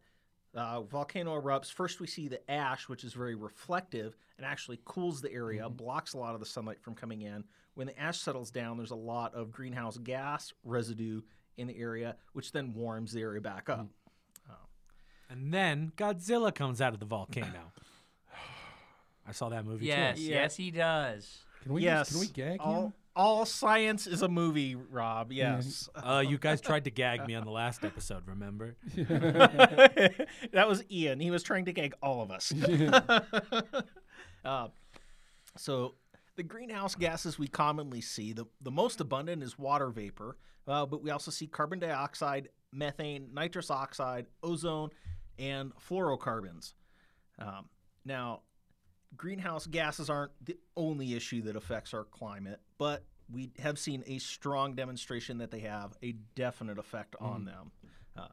[SPEAKER 5] uh, volcano erupts. First, we see the ash, which is very reflective and actually cools the area,
[SPEAKER 3] Mm-hmm.
[SPEAKER 5] blocks a lot of the sunlight from coming in. When the ash settles down, there's a lot of greenhouse gas residue in the area, which then warms the area back
[SPEAKER 3] Mm.
[SPEAKER 5] up.
[SPEAKER 4] And then Godzilla comes out of the volcano. I saw that movie
[SPEAKER 2] Yes,
[SPEAKER 4] too.
[SPEAKER 2] yes, he does.
[SPEAKER 3] can we
[SPEAKER 5] yes.
[SPEAKER 3] can we gag
[SPEAKER 5] all,
[SPEAKER 3] him?
[SPEAKER 5] all science is a movie, Rob. Yes.
[SPEAKER 4] Uh, you guys tried to gag me on the last episode, remember?
[SPEAKER 5] that was Ian. He was trying to gag all of us. uh, so, the greenhouse gases we commonly see, the, the most abundant is water vapor, uh, but we also see carbon dioxide, methane, nitrous oxide, ozone, and fluorocarbons. Um, now, greenhouse gases aren't the only issue that affects our climate, but we have seen a strong demonstration that they have a definite effect on them. Uh,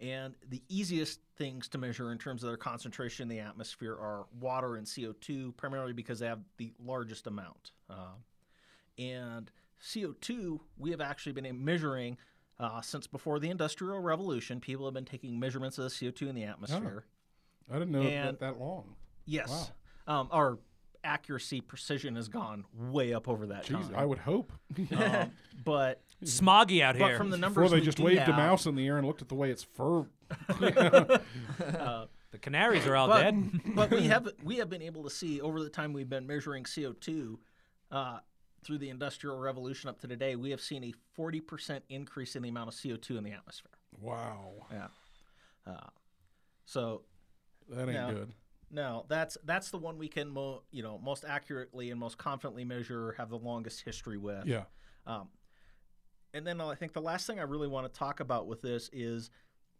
[SPEAKER 5] and the easiest things to measure in terms of their concentration in the atmosphere are water and CO2, primarily because they have the largest amount. Uh, and CO2, we have actually been measuring uh, since before the Industrial Revolution. People have been taking measurements of the CO2
[SPEAKER 3] Oh.
[SPEAKER 5] in the atmosphere.
[SPEAKER 3] I didn't know it went
[SPEAKER 5] and-
[SPEAKER 3] that long.
[SPEAKER 5] Yes. Um, our accuracy, precision has gone way up over that
[SPEAKER 3] Jeez,
[SPEAKER 5] time.
[SPEAKER 3] I would hope.
[SPEAKER 5] um, but
[SPEAKER 4] Smoggy out
[SPEAKER 5] but
[SPEAKER 4] here.
[SPEAKER 5] from the numbers
[SPEAKER 3] Before they
[SPEAKER 5] we
[SPEAKER 3] just
[SPEAKER 5] do
[SPEAKER 3] waved a
[SPEAKER 5] have-
[SPEAKER 3] mouse in the air and looked at the way its fur.
[SPEAKER 4] The canaries are all
[SPEAKER 5] but,
[SPEAKER 4] dead.
[SPEAKER 5] but we have we have been able to see over the time we've been measuring CO two uh, through the industrial revolution up to today, we have seen a forty percent increase in the amount of CO two in the atmosphere.
[SPEAKER 3] Wow,
[SPEAKER 5] Yeah. Uh, so
[SPEAKER 3] that ain't
[SPEAKER 5] No.
[SPEAKER 3] good.
[SPEAKER 5] no, that's that's the one we can mo- you know most accurately and most confidently measure, have the longest history with.
[SPEAKER 3] Yeah.
[SPEAKER 5] Um, and then I think the last thing I really want to talk about with this is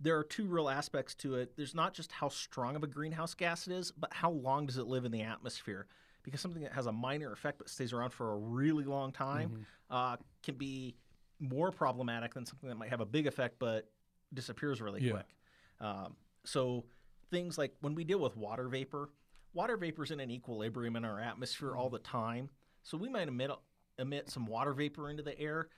[SPEAKER 5] there are two real aspects to it. There's not just how strong of a greenhouse gas it is, but how long does it live in the atmosphere? Because something that has a minor effect but stays around for a really long time uh, can be more problematic than something that might have a big effect but disappears really
[SPEAKER 3] Yeah.
[SPEAKER 5] quick. Um, so things like when we deal with water vapor, water vapor's in an equilibrium in our atmosphere all the time. So we might emit emit some water vapor into the air,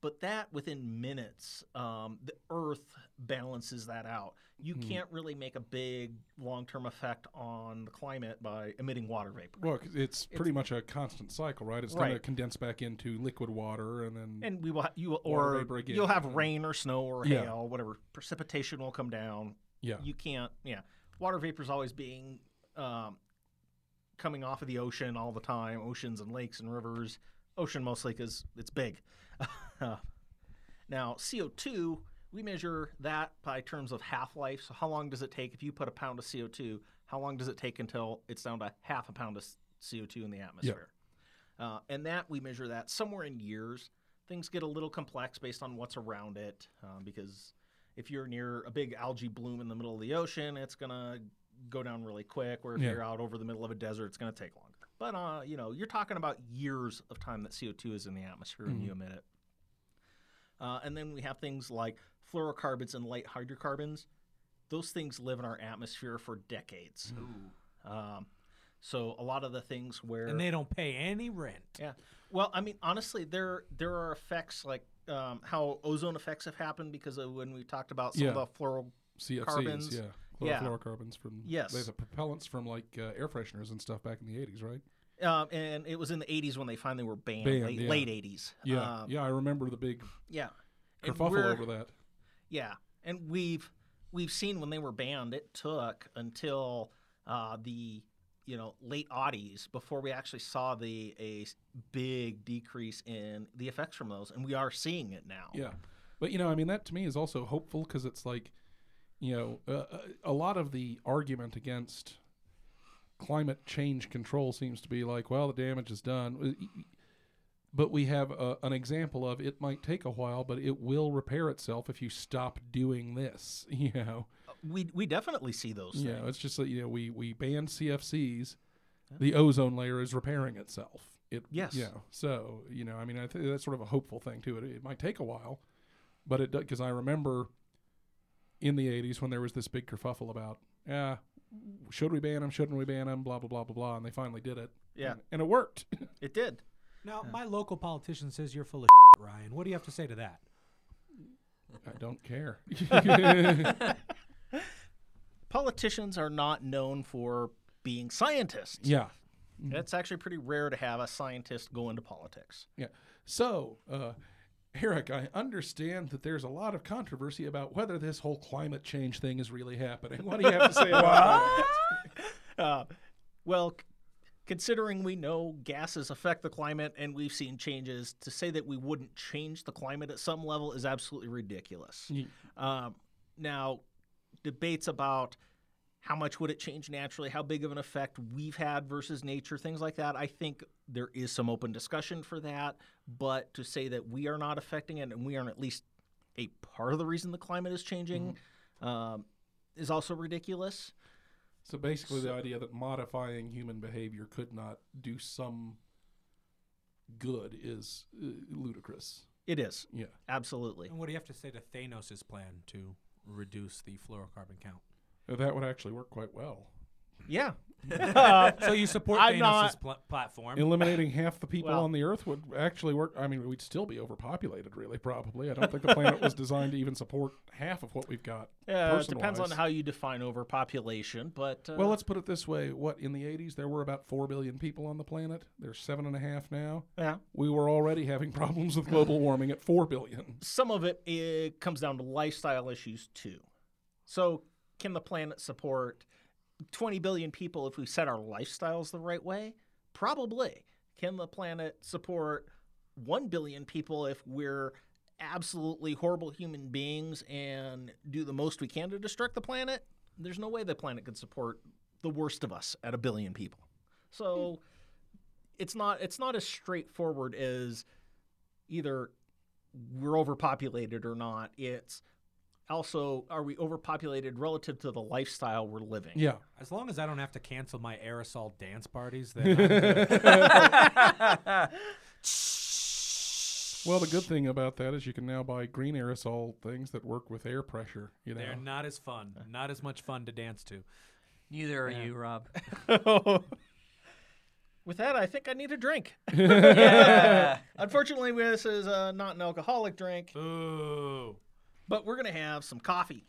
[SPEAKER 5] but that within minutes, um, the Earth balances that out. You can't really make a big long term effect on the climate by emitting water vapor.
[SPEAKER 3] Well, 'cause it's pretty much a constant cycle, right? It's going to
[SPEAKER 5] Right.
[SPEAKER 3] condense back into liquid water, and then
[SPEAKER 5] And we will, ha- you will,
[SPEAKER 3] Water
[SPEAKER 5] or
[SPEAKER 3] vapor again. Mm-hmm.
[SPEAKER 5] you'll have rain or snow or
[SPEAKER 3] Yeah.
[SPEAKER 5] hail, whatever. Precipitation will come down.
[SPEAKER 3] yeah,
[SPEAKER 5] You can't, yeah. Water vapor is always being um, coming off of the ocean all the time, oceans and lakes and rivers. Ocean mostly because it's big. Uh, now, CO2, we measure that by terms of half life. So, how long does it take if you put a pound of CO2? How long does it take until it's down to half a pound of s- CO2 in the atmosphere? Uh, and that we measure that somewhere in years. Things get a little complex based on what's around it um, because if you're near a big algae bloom in the middle of the ocean, it's going to go down really quick. Where if
[SPEAKER 3] Yeah.
[SPEAKER 5] you're out over the middle of a desert, it's going to take longer. But uh, you know, you're talking about years of time that CO2 is in the atmosphere when you emit it. Uh, and then we have things like fluorocarbons and light hydrocarbons. Those things live in our atmosphere for decades.
[SPEAKER 3] Hmm.
[SPEAKER 5] Um, so a lot of the things where
[SPEAKER 4] and they don't pay any rent.
[SPEAKER 5] yeah. Well, I mean, honestly, there there are effects like um, how ozone effects have happened because of when we talked about some
[SPEAKER 3] Yeah.
[SPEAKER 5] of the fluoro.
[SPEAKER 3] CFCs,
[SPEAKER 5] carbons.
[SPEAKER 3] yeah,
[SPEAKER 5] Yeah.
[SPEAKER 3] chlorofluorocarbons from
[SPEAKER 5] Yes.
[SPEAKER 3] they the propellants from like uh, air fresheners and stuff back in the eighties, right?
[SPEAKER 5] Um, and it was in the 80s when they finally were banned,
[SPEAKER 3] Banned,
[SPEAKER 5] late,
[SPEAKER 3] yeah.
[SPEAKER 5] late 80s.
[SPEAKER 3] Yeah,
[SPEAKER 5] Um,
[SPEAKER 3] yeah, I remember the big
[SPEAKER 5] yeah. And
[SPEAKER 3] kerfuffle
[SPEAKER 5] we're-
[SPEAKER 3] over that.
[SPEAKER 5] Yeah, and we've we've seen when they were banned, it took until uh, the you know late oddies before we actually saw the a s- big decrease in the effects from those, and we are seeing it now.
[SPEAKER 3] Yeah, but you know, I mean, that to me is also hopeful because it's like, you know, uh, uh, a lot of the argument against climate change control seems to be like, well, the damage is done. Uh, But we have uh, an example of it might take a while, but it will repair itself if you stop doing this. You know,
[SPEAKER 5] We we definitely see those.
[SPEAKER 3] you know,
[SPEAKER 5] things.
[SPEAKER 3] it's just that you know we we banned CFCs, the ozone layer is repairing itself. It
[SPEAKER 5] Yes.
[SPEAKER 3] yeah. So you know, I mean, I think that's sort of a hopeful thing too. It, it might take a while, but it because I remember in the '80s when there was this big kerfuffle about yeah, should we ban them? Shouldn't we ban them? Blah blah blah blah blah, and they finally did it.
[SPEAKER 5] Yeah.
[SPEAKER 3] and, and it worked.
[SPEAKER 5] It did.
[SPEAKER 4] Now, my local politician says you're full of shit, Ryan. What do you have to say to that?
[SPEAKER 3] I don't care.
[SPEAKER 5] Politicians are not known for being scientists.
[SPEAKER 3] yeah,
[SPEAKER 5] That's actually pretty rare to have a scientist go into politics.
[SPEAKER 3] yeah. So. uh Eric, I understand that there's a lot of controversy about whether this whole climate change thing is really happening. What do you have to say about that?
[SPEAKER 5] Uh, well, c- considering we know gases affect the climate and we've seen changes, to say that we wouldn't change the climate at some level is absolutely ridiculous.
[SPEAKER 3] Ye-
[SPEAKER 5] Um, now, debates about how much would it change naturally, how big of an effect we've had versus nature, things like that. I think there is some open discussion for that, but to say that we are not affecting it and we aren't at least a part of the reason the climate is changing um, is also ridiculous.
[SPEAKER 3] So basically, the idea that modifying human behavior could not do some good is uh, ludicrous.
[SPEAKER 5] It is
[SPEAKER 3] Yeah.
[SPEAKER 5] absolutely.
[SPEAKER 4] And what do you have to say to Thanos' plan to reduce the fluorocarbon count?
[SPEAKER 3] That would actually work quite well.
[SPEAKER 5] Uh, Yeah.
[SPEAKER 4] So you support
[SPEAKER 5] I'm
[SPEAKER 4] Thanos'
[SPEAKER 5] not-
[SPEAKER 4] pl- platform?
[SPEAKER 3] Eliminating half the people
[SPEAKER 5] Well-
[SPEAKER 3] on the earth would actually work. I mean, we'd still be overpopulated, really, probably. I don't think the planet was designed to even support half of what we've got.
[SPEAKER 5] Yeah, it depends on
[SPEAKER 3] person-wise.
[SPEAKER 5] how you define overpopulation, but uh,
[SPEAKER 3] Well, let's put it this way: What in the '80s there were about four billion people on the planet. There's seven and a half now.
[SPEAKER 5] yeah.
[SPEAKER 3] We were already having problems with global warming at four billion.
[SPEAKER 5] some of it, it comes down to lifestyle issues too. So, can the planet support 20 billion people if we set our lifestyles the right way? Probably. Can the planet support 1 billion people if we're absolutely horrible human beings and do the most we can to destruct the planet? There's no way the planet could support the worst of us at a billion people. So, it's not it's not as straightforward as either we're overpopulated or not. It's also are we overpopulated relative to the lifestyle we're living?
[SPEAKER 3] Yeah.
[SPEAKER 4] As long as I don't have to cancel my aerosol dance parties, then. I'm good.
[SPEAKER 3] Well, the good thing about that is you can now buy green aerosol things that work with air pressure. You know,
[SPEAKER 4] They're not as fun, not as much fun to dance to.
[SPEAKER 2] Neither are you, Rob.
[SPEAKER 5] With that, I think I need a drink.
[SPEAKER 2] yeah.
[SPEAKER 5] Unfortunately, this is uh, not an alcoholic drink,
[SPEAKER 4] Ooh.
[SPEAKER 5] but we're gonna have some coffee.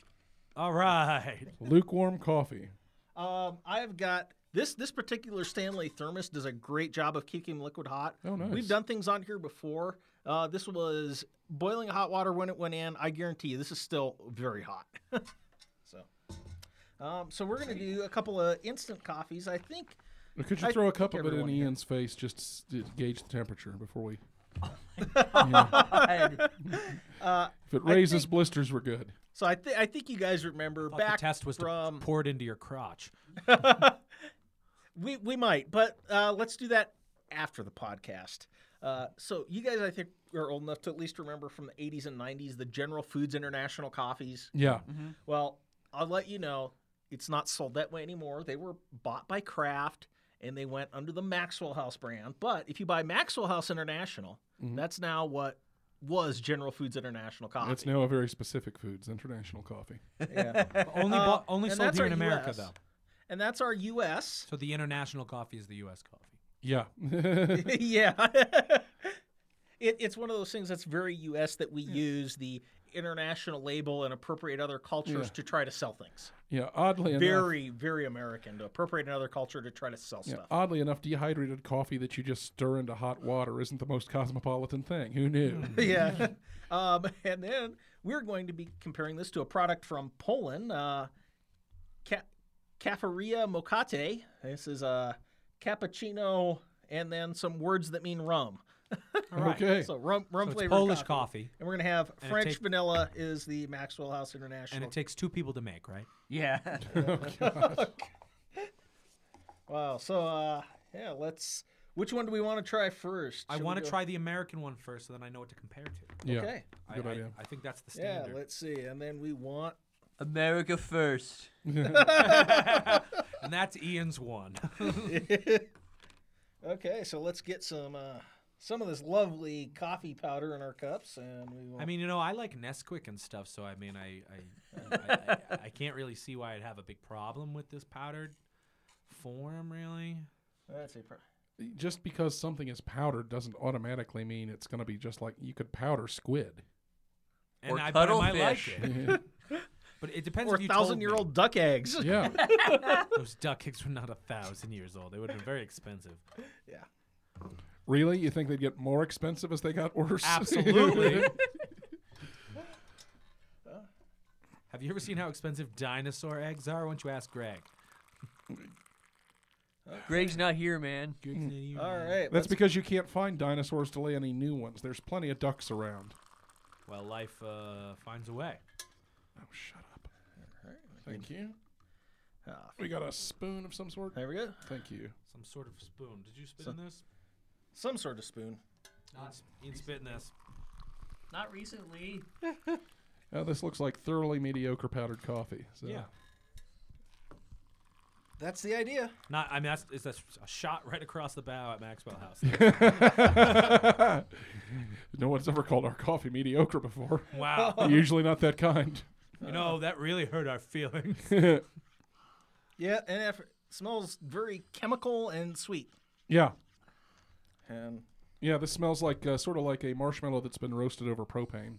[SPEAKER 4] All right.
[SPEAKER 3] lukewarm coffee.
[SPEAKER 5] Um, I've got this this particular Stanley thermos does a great job of keeping liquid hot.
[SPEAKER 3] Oh, nice.
[SPEAKER 5] We've done things on here before. Uh, this was boiling hot water when it went in. I guarantee you, this is still very hot. so, um, so we're gonna do a couple of instant coffees. I think.
[SPEAKER 3] Could you
[SPEAKER 5] I
[SPEAKER 3] throw a cup
[SPEAKER 5] think
[SPEAKER 3] of it in
[SPEAKER 5] everyone here-
[SPEAKER 3] Ian's face just s- to gauge the temperature before we? If it raises blisters, we're good.
[SPEAKER 5] So I, th- I think you guys remember
[SPEAKER 4] Thought
[SPEAKER 5] back
[SPEAKER 4] the test was
[SPEAKER 5] from
[SPEAKER 4] to pour it into your crotch.
[SPEAKER 5] we we might, but uh, let's do that after the podcast. Uh, so you guys, I think, are old enough to at least remember from the 80s and 90s the General Foods International coffees.
[SPEAKER 3] Yeah.
[SPEAKER 5] Well, I'll let you know it's not sold that way anymore. They were bought by Kraft and they went under the Maxwell House brand. But if you buy Maxwell House International, that's now what was General Foods International coffee.
[SPEAKER 3] It's now a very specific foods international coffee.
[SPEAKER 4] But only
[SPEAKER 5] Uh,
[SPEAKER 4] bo- only
[SPEAKER 5] and
[SPEAKER 4] sold
[SPEAKER 5] that's
[SPEAKER 4] here
[SPEAKER 5] our
[SPEAKER 4] in America,
[SPEAKER 5] US.
[SPEAKER 4] though.
[SPEAKER 5] And that's our US.
[SPEAKER 4] So the international coffee is the U.S. coffee.
[SPEAKER 3] Yeah.
[SPEAKER 5] yeah. it, it's one of those things that's very US that we use the international label and appropriate other cultures
[SPEAKER 3] Yeah.
[SPEAKER 5] to try to sell things.
[SPEAKER 3] yeah. Oddly enough.
[SPEAKER 5] Very, very American to appropriate another culture to try to sell
[SPEAKER 3] Yeah,
[SPEAKER 5] stuff.
[SPEAKER 3] oddly enough, dehydrated coffee that you just stir into hot water isn't the most cosmopolitan thing. Who knew?
[SPEAKER 5] yeah. Um, and then we're going to be comparing this to a product from Poland, uh, Ca- Cafeteria Mokate. This is a cappuccino and then some words that mean rum.
[SPEAKER 4] All right.
[SPEAKER 3] Okay.
[SPEAKER 5] So rum, rum
[SPEAKER 4] So it's
[SPEAKER 5] flavored
[SPEAKER 4] Polish
[SPEAKER 5] coffee.
[SPEAKER 4] coffee.
[SPEAKER 5] And we're going to have
[SPEAKER 4] And it
[SPEAKER 5] French
[SPEAKER 4] take-
[SPEAKER 5] vanilla is the Maxwell House
[SPEAKER 4] And
[SPEAKER 5] International.
[SPEAKER 4] it takes two people to make, right?
[SPEAKER 2] Yeah.
[SPEAKER 3] Oh, God.
[SPEAKER 5] Wow. So uh, yeah, let's. Which one do we want to try first?
[SPEAKER 4] I
[SPEAKER 5] Should we
[SPEAKER 4] want
[SPEAKER 5] go-
[SPEAKER 4] to try the American one first, so then I know what to compare to.
[SPEAKER 3] Yeah.
[SPEAKER 5] Okay.
[SPEAKER 4] I-
[SPEAKER 3] Good
[SPEAKER 4] I,
[SPEAKER 3] idea.
[SPEAKER 4] I think that's the
[SPEAKER 5] Yeah.
[SPEAKER 4] standard.
[SPEAKER 5] Let's see. And then we want.
[SPEAKER 2] America first.
[SPEAKER 4] and that's Ian's one.
[SPEAKER 5] okay. So let's get some uh, some of this lovely coffee powder in our cups, and we will.
[SPEAKER 4] I mean, you know, I like Nesquik and stuff, so I mean, I I, I, I, I can't really see why I'd have a big problem with this powdered form, really.
[SPEAKER 5] that's a pro-
[SPEAKER 3] Just because something is powdered doesn't automatically mean it's going to be just like you could powder squid.
[SPEAKER 4] And
[SPEAKER 2] Or
[SPEAKER 4] I, but I might
[SPEAKER 2] cuttlefish.
[SPEAKER 4] like it.
[SPEAKER 3] yeah.
[SPEAKER 4] But it depends
[SPEAKER 5] or
[SPEAKER 4] if you told
[SPEAKER 5] thousand year
[SPEAKER 4] me.
[SPEAKER 5] old duck eggs.
[SPEAKER 4] Those duck eggs were not a thousand years old. They would have been very expensive.
[SPEAKER 3] Really? You think they'd get more expensive as they got worse?
[SPEAKER 4] Absolutely. have you ever seen how expensive dinosaur eggs are? Why don't you ask Greg?
[SPEAKER 2] Greg's not here, man.
[SPEAKER 5] All right.
[SPEAKER 3] That's because you can't find dinosaurs to lay any new ones. There's plenty of ducks around.
[SPEAKER 4] Well, life uh, finds a way.
[SPEAKER 3] Oh, shut up. Thank you. We got a spoon of some sort.
[SPEAKER 5] ah, there we go.
[SPEAKER 3] Thank you.
[SPEAKER 4] Some sort of spoon. Did you spit
[SPEAKER 5] So-
[SPEAKER 4] in this?
[SPEAKER 5] Some sort of spoon.
[SPEAKER 4] Not Ian spit in this.
[SPEAKER 2] Not recently.
[SPEAKER 3] Uh, this looks like thoroughly mediocre powdered coffee. So.
[SPEAKER 4] Yeah.
[SPEAKER 5] That's the idea.
[SPEAKER 4] Not. I mean, that's is that's a shot right across the bow at Maxwell House.
[SPEAKER 3] No one's ever called our coffee mediocre before.
[SPEAKER 4] wow.
[SPEAKER 3] Usually not that kind.
[SPEAKER 4] You know that really hurt our feelings.
[SPEAKER 5] Yeah, and it smells very chemical and sweet.
[SPEAKER 3] Yeah.
[SPEAKER 5] And
[SPEAKER 3] Yeah, this smells like uh, sort of like a marshmallow that's been roasted over propane.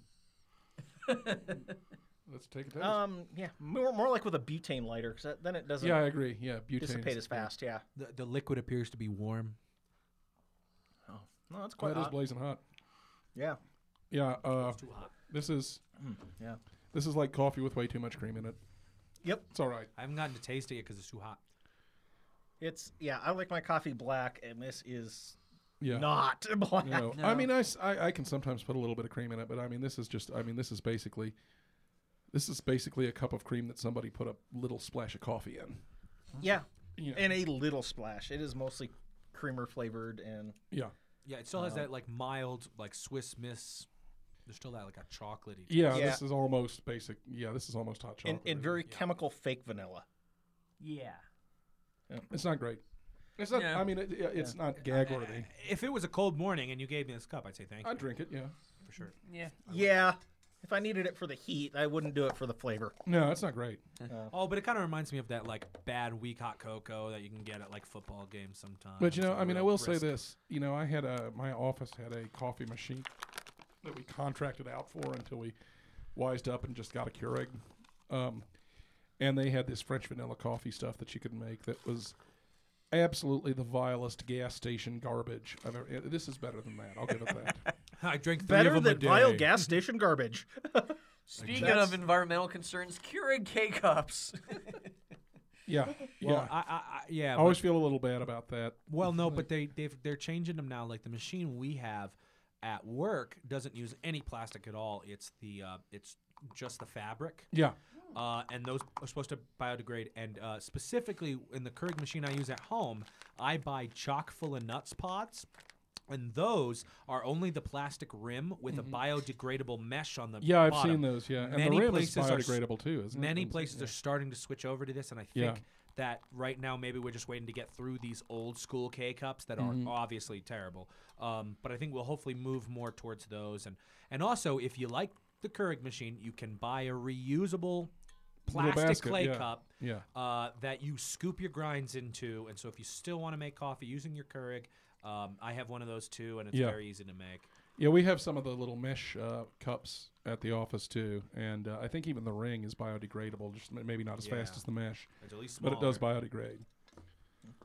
[SPEAKER 3] Let's take a taste.
[SPEAKER 5] um, yeah, more, more like with a butane lighter, because then it doesn't
[SPEAKER 3] yeah, I agree. Yeah, butane.
[SPEAKER 5] dissipate
[SPEAKER 3] is-
[SPEAKER 5] as fast. Yeah.
[SPEAKER 4] the, the liquid appears to be warm.
[SPEAKER 5] No, it's quite
[SPEAKER 3] That is
[SPEAKER 5] hot.
[SPEAKER 3] blazing hot.
[SPEAKER 5] yeah.
[SPEAKER 3] Yeah, uh,
[SPEAKER 4] Too hot.
[SPEAKER 3] this is
[SPEAKER 5] Yeah.
[SPEAKER 3] this is like coffee with way too much cream in it.
[SPEAKER 5] Yep.
[SPEAKER 3] It's all right.
[SPEAKER 4] I haven't gotten to taste it yet because it's too hot.
[SPEAKER 5] It's yeah. I like my coffee black, and this is
[SPEAKER 3] Yeah.
[SPEAKER 5] not black.
[SPEAKER 3] No. I mean, I, s- I- I can sometimes put a little bit of cream in it, but I mean, this is just, I mean, this is basically, this is basically a cup of cream that somebody put a little splash of coffee in.
[SPEAKER 5] Yeah.
[SPEAKER 3] Yeah.
[SPEAKER 5] And a little splash. It is mostly creamer flavored, and
[SPEAKER 3] Yeah.
[SPEAKER 4] Yeah, it still has that like mild, like Swiss Miss. There's still that like a chocolatey.
[SPEAKER 3] Yeah,
[SPEAKER 5] Yeah.
[SPEAKER 3] this is almost basic. Yeah, this is almost hot
[SPEAKER 5] and,
[SPEAKER 3] chocolate.
[SPEAKER 5] and
[SPEAKER 3] isn't
[SPEAKER 5] very
[SPEAKER 3] it?
[SPEAKER 5] chemical fake vanilla.
[SPEAKER 2] Yeah.
[SPEAKER 3] It's not great. It's not.
[SPEAKER 2] Yeah.
[SPEAKER 3] I mean, it, yeah, it's not gag worthy.
[SPEAKER 4] If it was a cold morning and you gave me this cup, I'd say thank you
[SPEAKER 3] I drink it. Yeah.
[SPEAKER 4] for sure.
[SPEAKER 2] Yeah.
[SPEAKER 5] Yeah. If I needed it for the heat, I wouldn't do it for the flavor.
[SPEAKER 3] No, it's not great.
[SPEAKER 4] Oh, but it kind of reminds me of that like bad weak hot cocoa that you can get at like football games sometimes.
[SPEAKER 3] But you know,
[SPEAKER 4] like,
[SPEAKER 3] I mean, I
[SPEAKER 4] real
[SPEAKER 3] will say
[SPEAKER 4] brisk.
[SPEAKER 3] this. You know, I had a my office had a coffee machine that we contracted out for until we wised up and just got a Keurig. Um, and they had this French vanilla coffee stuff that you could make that was absolutely the vilest gas station garbage. I've ever, eh, this is better than that. I'll give it that.
[SPEAKER 4] I drink three
[SPEAKER 5] Better
[SPEAKER 4] of them
[SPEAKER 5] than
[SPEAKER 4] a day.
[SPEAKER 5] vile gas station garbage.
[SPEAKER 2] Speaking
[SPEAKER 5] That's-
[SPEAKER 2] of environmental concerns, Keurig K cups.
[SPEAKER 3] Yeah,
[SPEAKER 4] Well,
[SPEAKER 3] yeah. I,
[SPEAKER 4] I, I, I, yeah. but-
[SPEAKER 3] always feel a little bad about that.
[SPEAKER 4] Well, no, but they they've, they're changing them now. Like the machine we have at work doesn't use any plastic at all. It's the uh, it's just the fabric,
[SPEAKER 3] Yeah,
[SPEAKER 4] uh, and those are supposed to biodegrade. And uh, specifically in the Keurig machine I use at home, I buy chock full of nuts pods. And those are only the plastic rim with a biodegradable mesh on the
[SPEAKER 3] yeah. I've
[SPEAKER 4] bottom.
[SPEAKER 3] seen those. Yeah, and
[SPEAKER 4] Many
[SPEAKER 3] the rim is
[SPEAKER 4] places are s-
[SPEAKER 3] biodegradable too. Isn't it?
[SPEAKER 4] Many
[SPEAKER 3] And-
[SPEAKER 4] places are starting to switch over to this, and I
[SPEAKER 3] Yeah.
[SPEAKER 4] think that right now maybe we're just waiting to get through these old school K cups that
[SPEAKER 3] Mm-hmm.
[SPEAKER 4] are obviously terrible. Um, but I think we'll hopefully move more towards those, and and also if you like the Keurig machine, you can buy a reusable
[SPEAKER 3] Little
[SPEAKER 4] plastic
[SPEAKER 3] basket,
[SPEAKER 4] clay
[SPEAKER 3] yeah,
[SPEAKER 4] cup.
[SPEAKER 3] Yeah.
[SPEAKER 4] Uh, that you scoop your grinds into, and so if you still want to make coffee using your Keurig, um, I have one of those too, and it's
[SPEAKER 3] Yeah.
[SPEAKER 4] very easy to make.
[SPEAKER 3] Yeah, we have some of the little mesh uh, cups at the office too, and uh, I think even the ring is biodegradable. Just m- maybe not as fast
[SPEAKER 4] Yeah.
[SPEAKER 3] as the mesh,
[SPEAKER 4] It's at least
[SPEAKER 3] but it does
[SPEAKER 4] smaller.
[SPEAKER 3] biodegrade.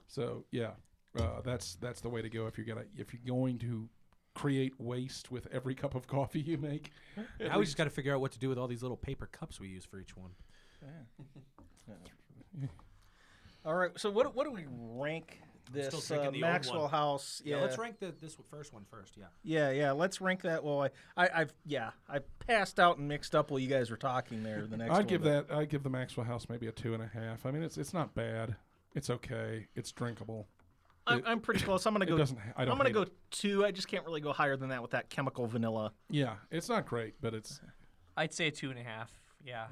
[SPEAKER 3] So yeah, uh, that's that's the way to go if you're gonna if you're going to create waste with every cup of coffee you make.
[SPEAKER 4] Now we just got to figure out what to do with all these little paper cups we use for each one.
[SPEAKER 5] All right. So what what do we rank
[SPEAKER 4] still
[SPEAKER 5] this
[SPEAKER 4] drinking
[SPEAKER 5] uh,
[SPEAKER 4] the old
[SPEAKER 5] Maxwell
[SPEAKER 4] one.
[SPEAKER 5] House?
[SPEAKER 4] Yeah, let's rank the this one- first one first. Yeah.
[SPEAKER 5] Yeah, yeah. Let's rank that. Well, I, I I've yeah, I passed out and mixed up while you guys were talking there. The next,
[SPEAKER 3] I'd
[SPEAKER 5] one,
[SPEAKER 3] give
[SPEAKER 5] but-
[SPEAKER 3] that I'd give the Maxwell House maybe a two and a half. I mean, it's it's not bad. It's okay. It's drinkable.
[SPEAKER 5] I'm,
[SPEAKER 3] It-
[SPEAKER 5] I'm pretty close. I'm gonna
[SPEAKER 3] It
[SPEAKER 5] go.
[SPEAKER 3] doesn't. I don't.
[SPEAKER 5] I'm gonna
[SPEAKER 3] hate
[SPEAKER 5] go
[SPEAKER 3] it.
[SPEAKER 5] two. I just can't really go higher than that with that chemical vanilla.
[SPEAKER 3] Yeah, it's not great, but it's
[SPEAKER 2] I'd say two and a half. Yeah.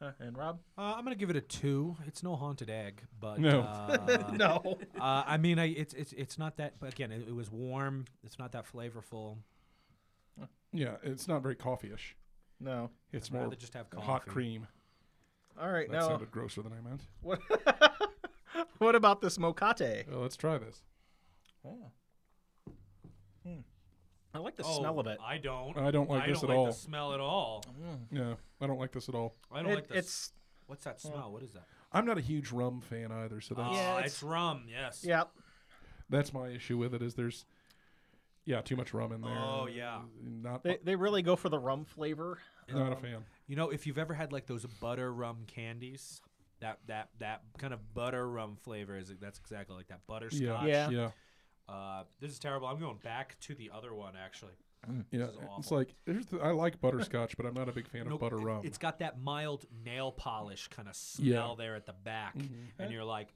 [SPEAKER 5] Uh, and Rob,
[SPEAKER 4] Uh, I'm gonna give it a two. It's no haunted egg, but
[SPEAKER 3] No.
[SPEAKER 4] uh,
[SPEAKER 5] no.
[SPEAKER 4] uh, I mean, I, it's it's it's not that. But again, it, it was warm. It's not that flavorful.
[SPEAKER 3] yeah, it's not very coffee-ish.
[SPEAKER 5] No.
[SPEAKER 3] It's
[SPEAKER 4] I'd
[SPEAKER 3] more
[SPEAKER 4] rather just have coffee.
[SPEAKER 3] hot cream.
[SPEAKER 5] All right,
[SPEAKER 3] That
[SPEAKER 5] now
[SPEAKER 3] sounded grosser than I meant.
[SPEAKER 5] what? what about this mocate?
[SPEAKER 3] Well, Uh, let's try this.
[SPEAKER 5] I like the
[SPEAKER 4] Oh,
[SPEAKER 5] smell of it.
[SPEAKER 4] I don't.
[SPEAKER 3] I don't like
[SPEAKER 4] I
[SPEAKER 3] this
[SPEAKER 4] don't
[SPEAKER 3] at
[SPEAKER 4] like
[SPEAKER 3] all.
[SPEAKER 4] The smell at all.
[SPEAKER 3] No, I don't like this at all.
[SPEAKER 4] I don't
[SPEAKER 5] It-
[SPEAKER 4] like this.
[SPEAKER 5] it's
[SPEAKER 4] What's that smell? What is that?
[SPEAKER 3] I'm not a huge rum fan either, so that's
[SPEAKER 4] Ah,
[SPEAKER 5] Yeah,
[SPEAKER 4] it's,
[SPEAKER 5] it's-
[SPEAKER 4] rum. Yes.
[SPEAKER 5] yeah.
[SPEAKER 4] Oh.
[SPEAKER 3] that's my issue with it. Is there's yeah too much rum in there.
[SPEAKER 4] Oh, yeah.
[SPEAKER 3] not
[SPEAKER 5] They they really go for the rum flavor.
[SPEAKER 3] not a fan.
[SPEAKER 4] You know, if you've ever had like those butter rum candies, that that that kind of butter rum flavor is that's exactly like that butterscotch.
[SPEAKER 5] Yeah.
[SPEAKER 3] yeah,
[SPEAKER 4] Uh, this is terrible. I'm going back to the other one actually.
[SPEAKER 3] yeah.
[SPEAKER 4] is
[SPEAKER 3] It's
[SPEAKER 4] awful.
[SPEAKER 3] like there's the, I like butterscotch, but I'm not a big fan
[SPEAKER 4] No,
[SPEAKER 3] of butter
[SPEAKER 4] it-
[SPEAKER 3] rum.
[SPEAKER 4] It's got that mild nail polish kind of smell there at the back,
[SPEAKER 3] Mm-hmm.
[SPEAKER 4] and you're like,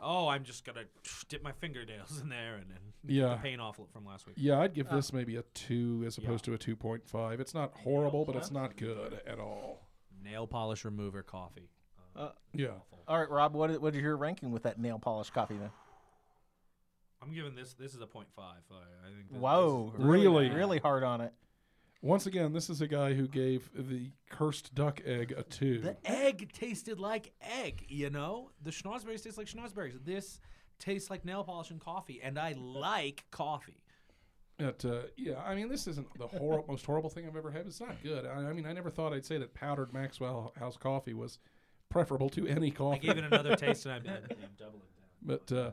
[SPEAKER 4] oh, I'm just gonna dip my fingernails in there and then get
[SPEAKER 3] Yeah.
[SPEAKER 4] the paint off from last week.
[SPEAKER 3] yeah, I'd
[SPEAKER 4] Uh,
[SPEAKER 3] give this maybe a two as opposed to a two point five. It's not horrible, but
[SPEAKER 4] Uh-huh.
[SPEAKER 3] it's not good at all.
[SPEAKER 4] Nail polish remover coffee.
[SPEAKER 3] Yeah,
[SPEAKER 5] All right, Rob, what is, what is your ranking with that nail polish coffee then?
[SPEAKER 4] I'm giving this. This is a point five. I I think. that this-
[SPEAKER 5] Whoa,
[SPEAKER 3] Really?
[SPEAKER 5] really hard on it.
[SPEAKER 3] Once again, this is a guy who gave the cursed duck egg a two.
[SPEAKER 4] The egg tasted like egg, you know? The schnozberries taste like schnozberries. This tastes like nail polish and coffee, and I like coffee.
[SPEAKER 3] But, uh, yeah, I mean, this isn't the hor- most horrible thing I've ever had. It's not good. I, I mean, I never thought I'd say that powdered Maxwell House coffee was preferable to any
[SPEAKER 4] I
[SPEAKER 3] coffee.
[SPEAKER 4] gave it another taste, and I'm, I'm doubling down.
[SPEAKER 3] but uh,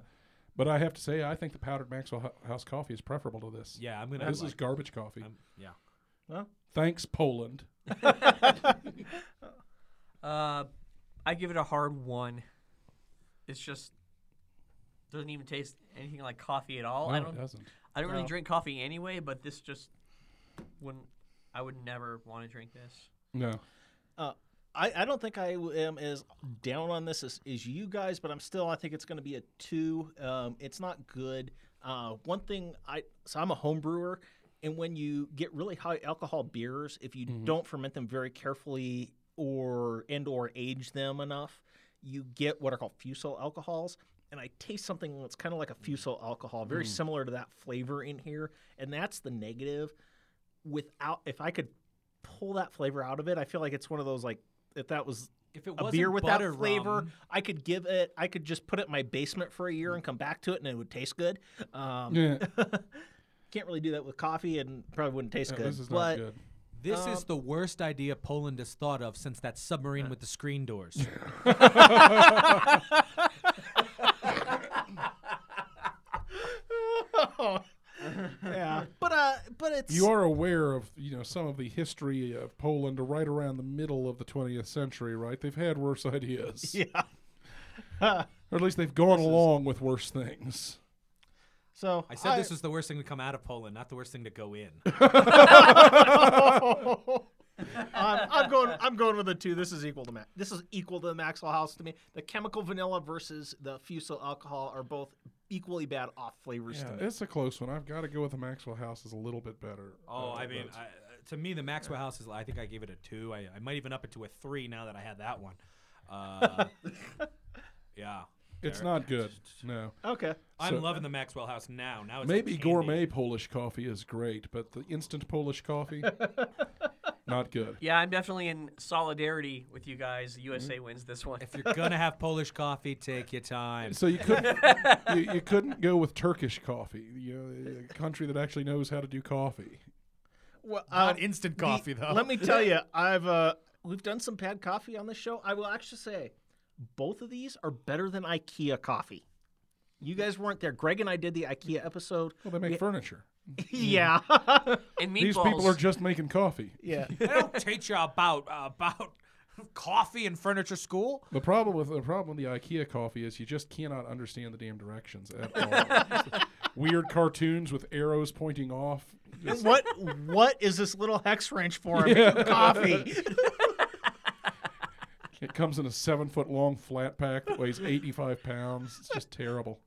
[SPEAKER 3] but I have to say, I think the powdered Maxwell Ho- House coffee is preferable to this.
[SPEAKER 4] Yeah, I'm going to.
[SPEAKER 3] This is garbage coffee.
[SPEAKER 4] yeah.
[SPEAKER 3] Thanks, Poland.
[SPEAKER 2] Uh, I give it a hard one. It's just doesn't even taste anything like coffee at all.
[SPEAKER 3] No,
[SPEAKER 2] I
[SPEAKER 3] it
[SPEAKER 2] don't.
[SPEAKER 3] doesn't.
[SPEAKER 2] I don't really
[SPEAKER 5] No.
[SPEAKER 2] drink coffee anyway, but this just wouldn't. I would never want to drink this.
[SPEAKER 3] No.
[SPEAKER 5] Uh, I, I don't think I w- am as down on this as, as you guys, but I'm still, I think it's going to be a two. Um, it's not good. Uh, one thing, I so I'm a home brewer, and when you get really high alcohol beers, if you don't ferment them very carefully or and or age them enough, you get what are called fusel alcohols. And I taste something that's kind of like a fusel alcohol, very similar to that flavor in here, and that's the negative without if I could pull that flavor out of it, I feel like it's one of those like if that was
[SPEAKER 4] If it
[SPEAKER 5] a
[SPEAKER 4] wasn't
[SPEAKER 5] beer with that
[SPEAKER 4] butter
[SPEAKER 5] flavor,
[SPEAKER 4] rum-
[SPEAKER 5] I could give it. I could just put it in my basement for a year and come back to it, and it would taste good. Um,
[SPEAKER 3] Yeah,
[SPEAKER 5] Can't really do that with coffee, and probably wouldn't taste
[SPEAKER 3] no,
[SPEAKER 5] good.
[SPEAKER 3] this is not
[SPEAKER 5] but
[SPEAKER 3] good.
[SPEAKER 4] This is
[SPEAKER 5] Um,
[SPEAKER 4] the worst idea Poland has thought of since that submarine with the screen doors.
[SPEAKER 5] yeah, but uh, but it's
[SPEAKER 3] You are aware of you know some of the history of Poland right around the middle of the 20th century, right? They've had worse ideas,
[SPEAKER 5] yeah.
[SPEAKER 3] or at least they've gone along with worse things.
[SPEAKER 5] So
[SPEAKER 4] I said this was the worst thing to come out of Poland, not the worst thing to go in.
[SPEAKER 5] I'm, I'm going. I'm going with a two. This is equal to Max. This is equal to the Maxwell House to me. The chemical vanilla versus the fusel alcohol are both equally bad off flavors to
[SPEAKER 3] Yeah,
[SPEAKER 5] me.
[SPEAKER 3] it's a close one. I've got to go with the Maxwell House is a little bit better.
[SPEAKER 4] Oh,
[SPEAKER 3] uh,
[SPEAKER 4] I mean,
[SPEAKER 3] but-
[SPEAKER 4] I, to me, the Maxwell House is. I think I gave it a two. I, I might even up it to a three now that I had that one. Uh, yeah,
[SPEAKER 3] it's not good. No,
[SPEAKER 5] Okay.
[SPEAKER 4] I'm
[SPEAKER 3] So-
[SPEAKER 4] loving the Maxwell House now. Now it's like
[SPEAKER 3] maybe
[SPEAKER 4] candy.
[SPEAKER 3] gourmet Polish coffee is great, but the instant Polish coffee, not good.
[SPEAKER 2] Yeah, I'm definitely in solidarity with you guys. The USA wins this one.
[SPEAKER 4] If you're gonna have Polish coffee, take your time.
[SPEAKER 3] So you couldn't you, you couldn't go with Turkish coffee, you know, a country that actually knows how to do coffee.
[SPEAKER 5] Well,
[SPEAKER 4] Not
[SPEAKER 5] um,
[SPEAKER 4] instant
[SPEAKER 5] the-
[SPEAKER 4] coffee though.
[SPEAKER 5] Let me tell you, I've uh, we've done some bad coffee on this show. I will actually say, both of these are better than IKEA coffee. You guys weren't there. Greg and I did the IKEA episode.
[SPEAKER 3] Well, they make furniture.
[SPEAKER 5] yeah.
[SPEAKER 2] and meatballs.
[SPEAKER 3] These people are just making coffee.
[SPEAKER 5] yeah.
[SPEAKER 4] I don't teach you about about coffee and furniture school.
[SPEAKER 3] The problem with the problem with the IKEA coffee is you just cannot understand the damn directions at all. Weird cartoons with arrows pointing off. Just-
[SPEAKER 5] what what is this little hex wrench for? I'm making Coffee.
[SPEAKER 3] It comes in a seven foot long flat pack that weighs 85 pounds. It's just terrible.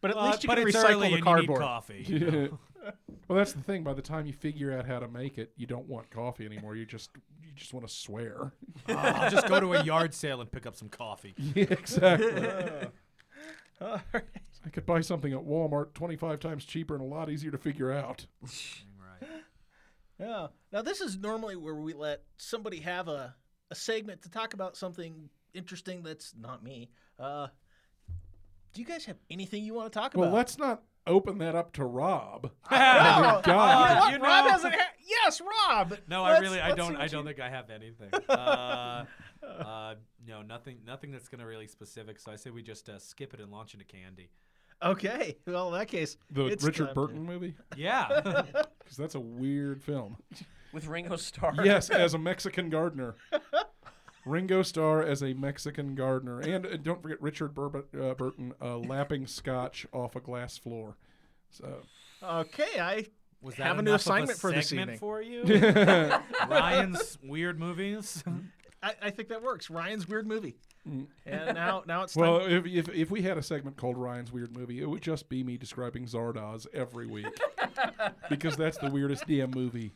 [SPEAKER 5] But at
[SPEAKER 4] But-
[SPEAKER 5] least you
[SPEAKER 4] but
[SPEAKER 5] can
[SPEAKER 4] it's
[SPEAKER 5] recycle
[SPEAKER 4] early
[SPEAKER 5] the
[SPEAKER 4] and you need
[SPEAKER 5] cardboard.
[SPEAKER 4] coffee. you know.
[SPEAKER 3] well, that's the thing. By the time you figure out how to make it, you don't want coffee anymore. You just you just want to swear.
[SPEAKER 4] I'll just go to a yard sale and pick up some coffee.
[SPEAKER 3] Yeah, exactly.
[SPEAKER 5] All right.
[SPEAKER 3] I could buy something at Walmart 25 times cheaper and a lot easier to figure out.
[SPEAKER 4] Right.
[SPEAKER 5] Yeah. Now this is normally where we let somebody have a, a segment to talk about something interesting that's not me. Uh, do you guys have anything you want to talk
[SPEAKER 3] Well,
[SPEAKER 5] about?
[SPEAKER 3] let's not open that up to Rob.
[SPEAKER 5] Oh,
[SPEAKER 3] God.
[SPEAKER 5] you know what?
[SPEAKER 4] You
[SPEAKER 5] Rob
[SPEAKER 4] know.
[SPEAKER 5] hasn't. Ha- yes, Rob.
[SPEAKER 4] No,
[SPEAKER 5] Let's-
[SPEAKER 4] I really, I
[SPEAKER 5] let's see
[SPEAKER 4] don't,
[SPEAKER 5] what
[SPEAKER 4] I
[SPEAKER 5] you-
[SPEAKER 4] don't think I have anything. Uh, uh, no, nothing, nothing that's gonna really specific. So I say we just uh, skip it and launch into candy.
[SPEAKER 5] Okay. Well, in that case,
[SPEAKER 3] The
[SPEAKER 5] it's
[SPEAKER 3] Richard
[SPEAKER 5] time
[SPEAKER 3] Burton movie?
[SPEAKER 4] Yeah.
[SPEAKER 3] Because that's a weird film.
[SPEAKER 2] with Ringo Starr.
[SPEAKER 3] Yes, as a Mexican gardener. Ringo Starr as a Mexican gardener. And uh, don't forget Richard Burb- uh, Burton uh, lapping scotch off a glass floor. So
[SPEAKER 5] To, okay. I.
[SPEAKER 4] Was
[SPEAKER 5] Have a new
[SPEAKER 4] enough of
[SPEAKER 5] assignment for this
[SPEAKER 4] segment
[SPEAKER 5] evening.
[SPEAKER 4] for you? Ryan's weird movies.
[SPEAKER 5] I, I think that works. Ryan's weird movie. And now, now it's time.
[SPEAKER 3] Mm. Well, if, if, if we had a segment called Ryan's Weird Movie, it would just be me describing Zardoz every week because that's the weirdest damn movie.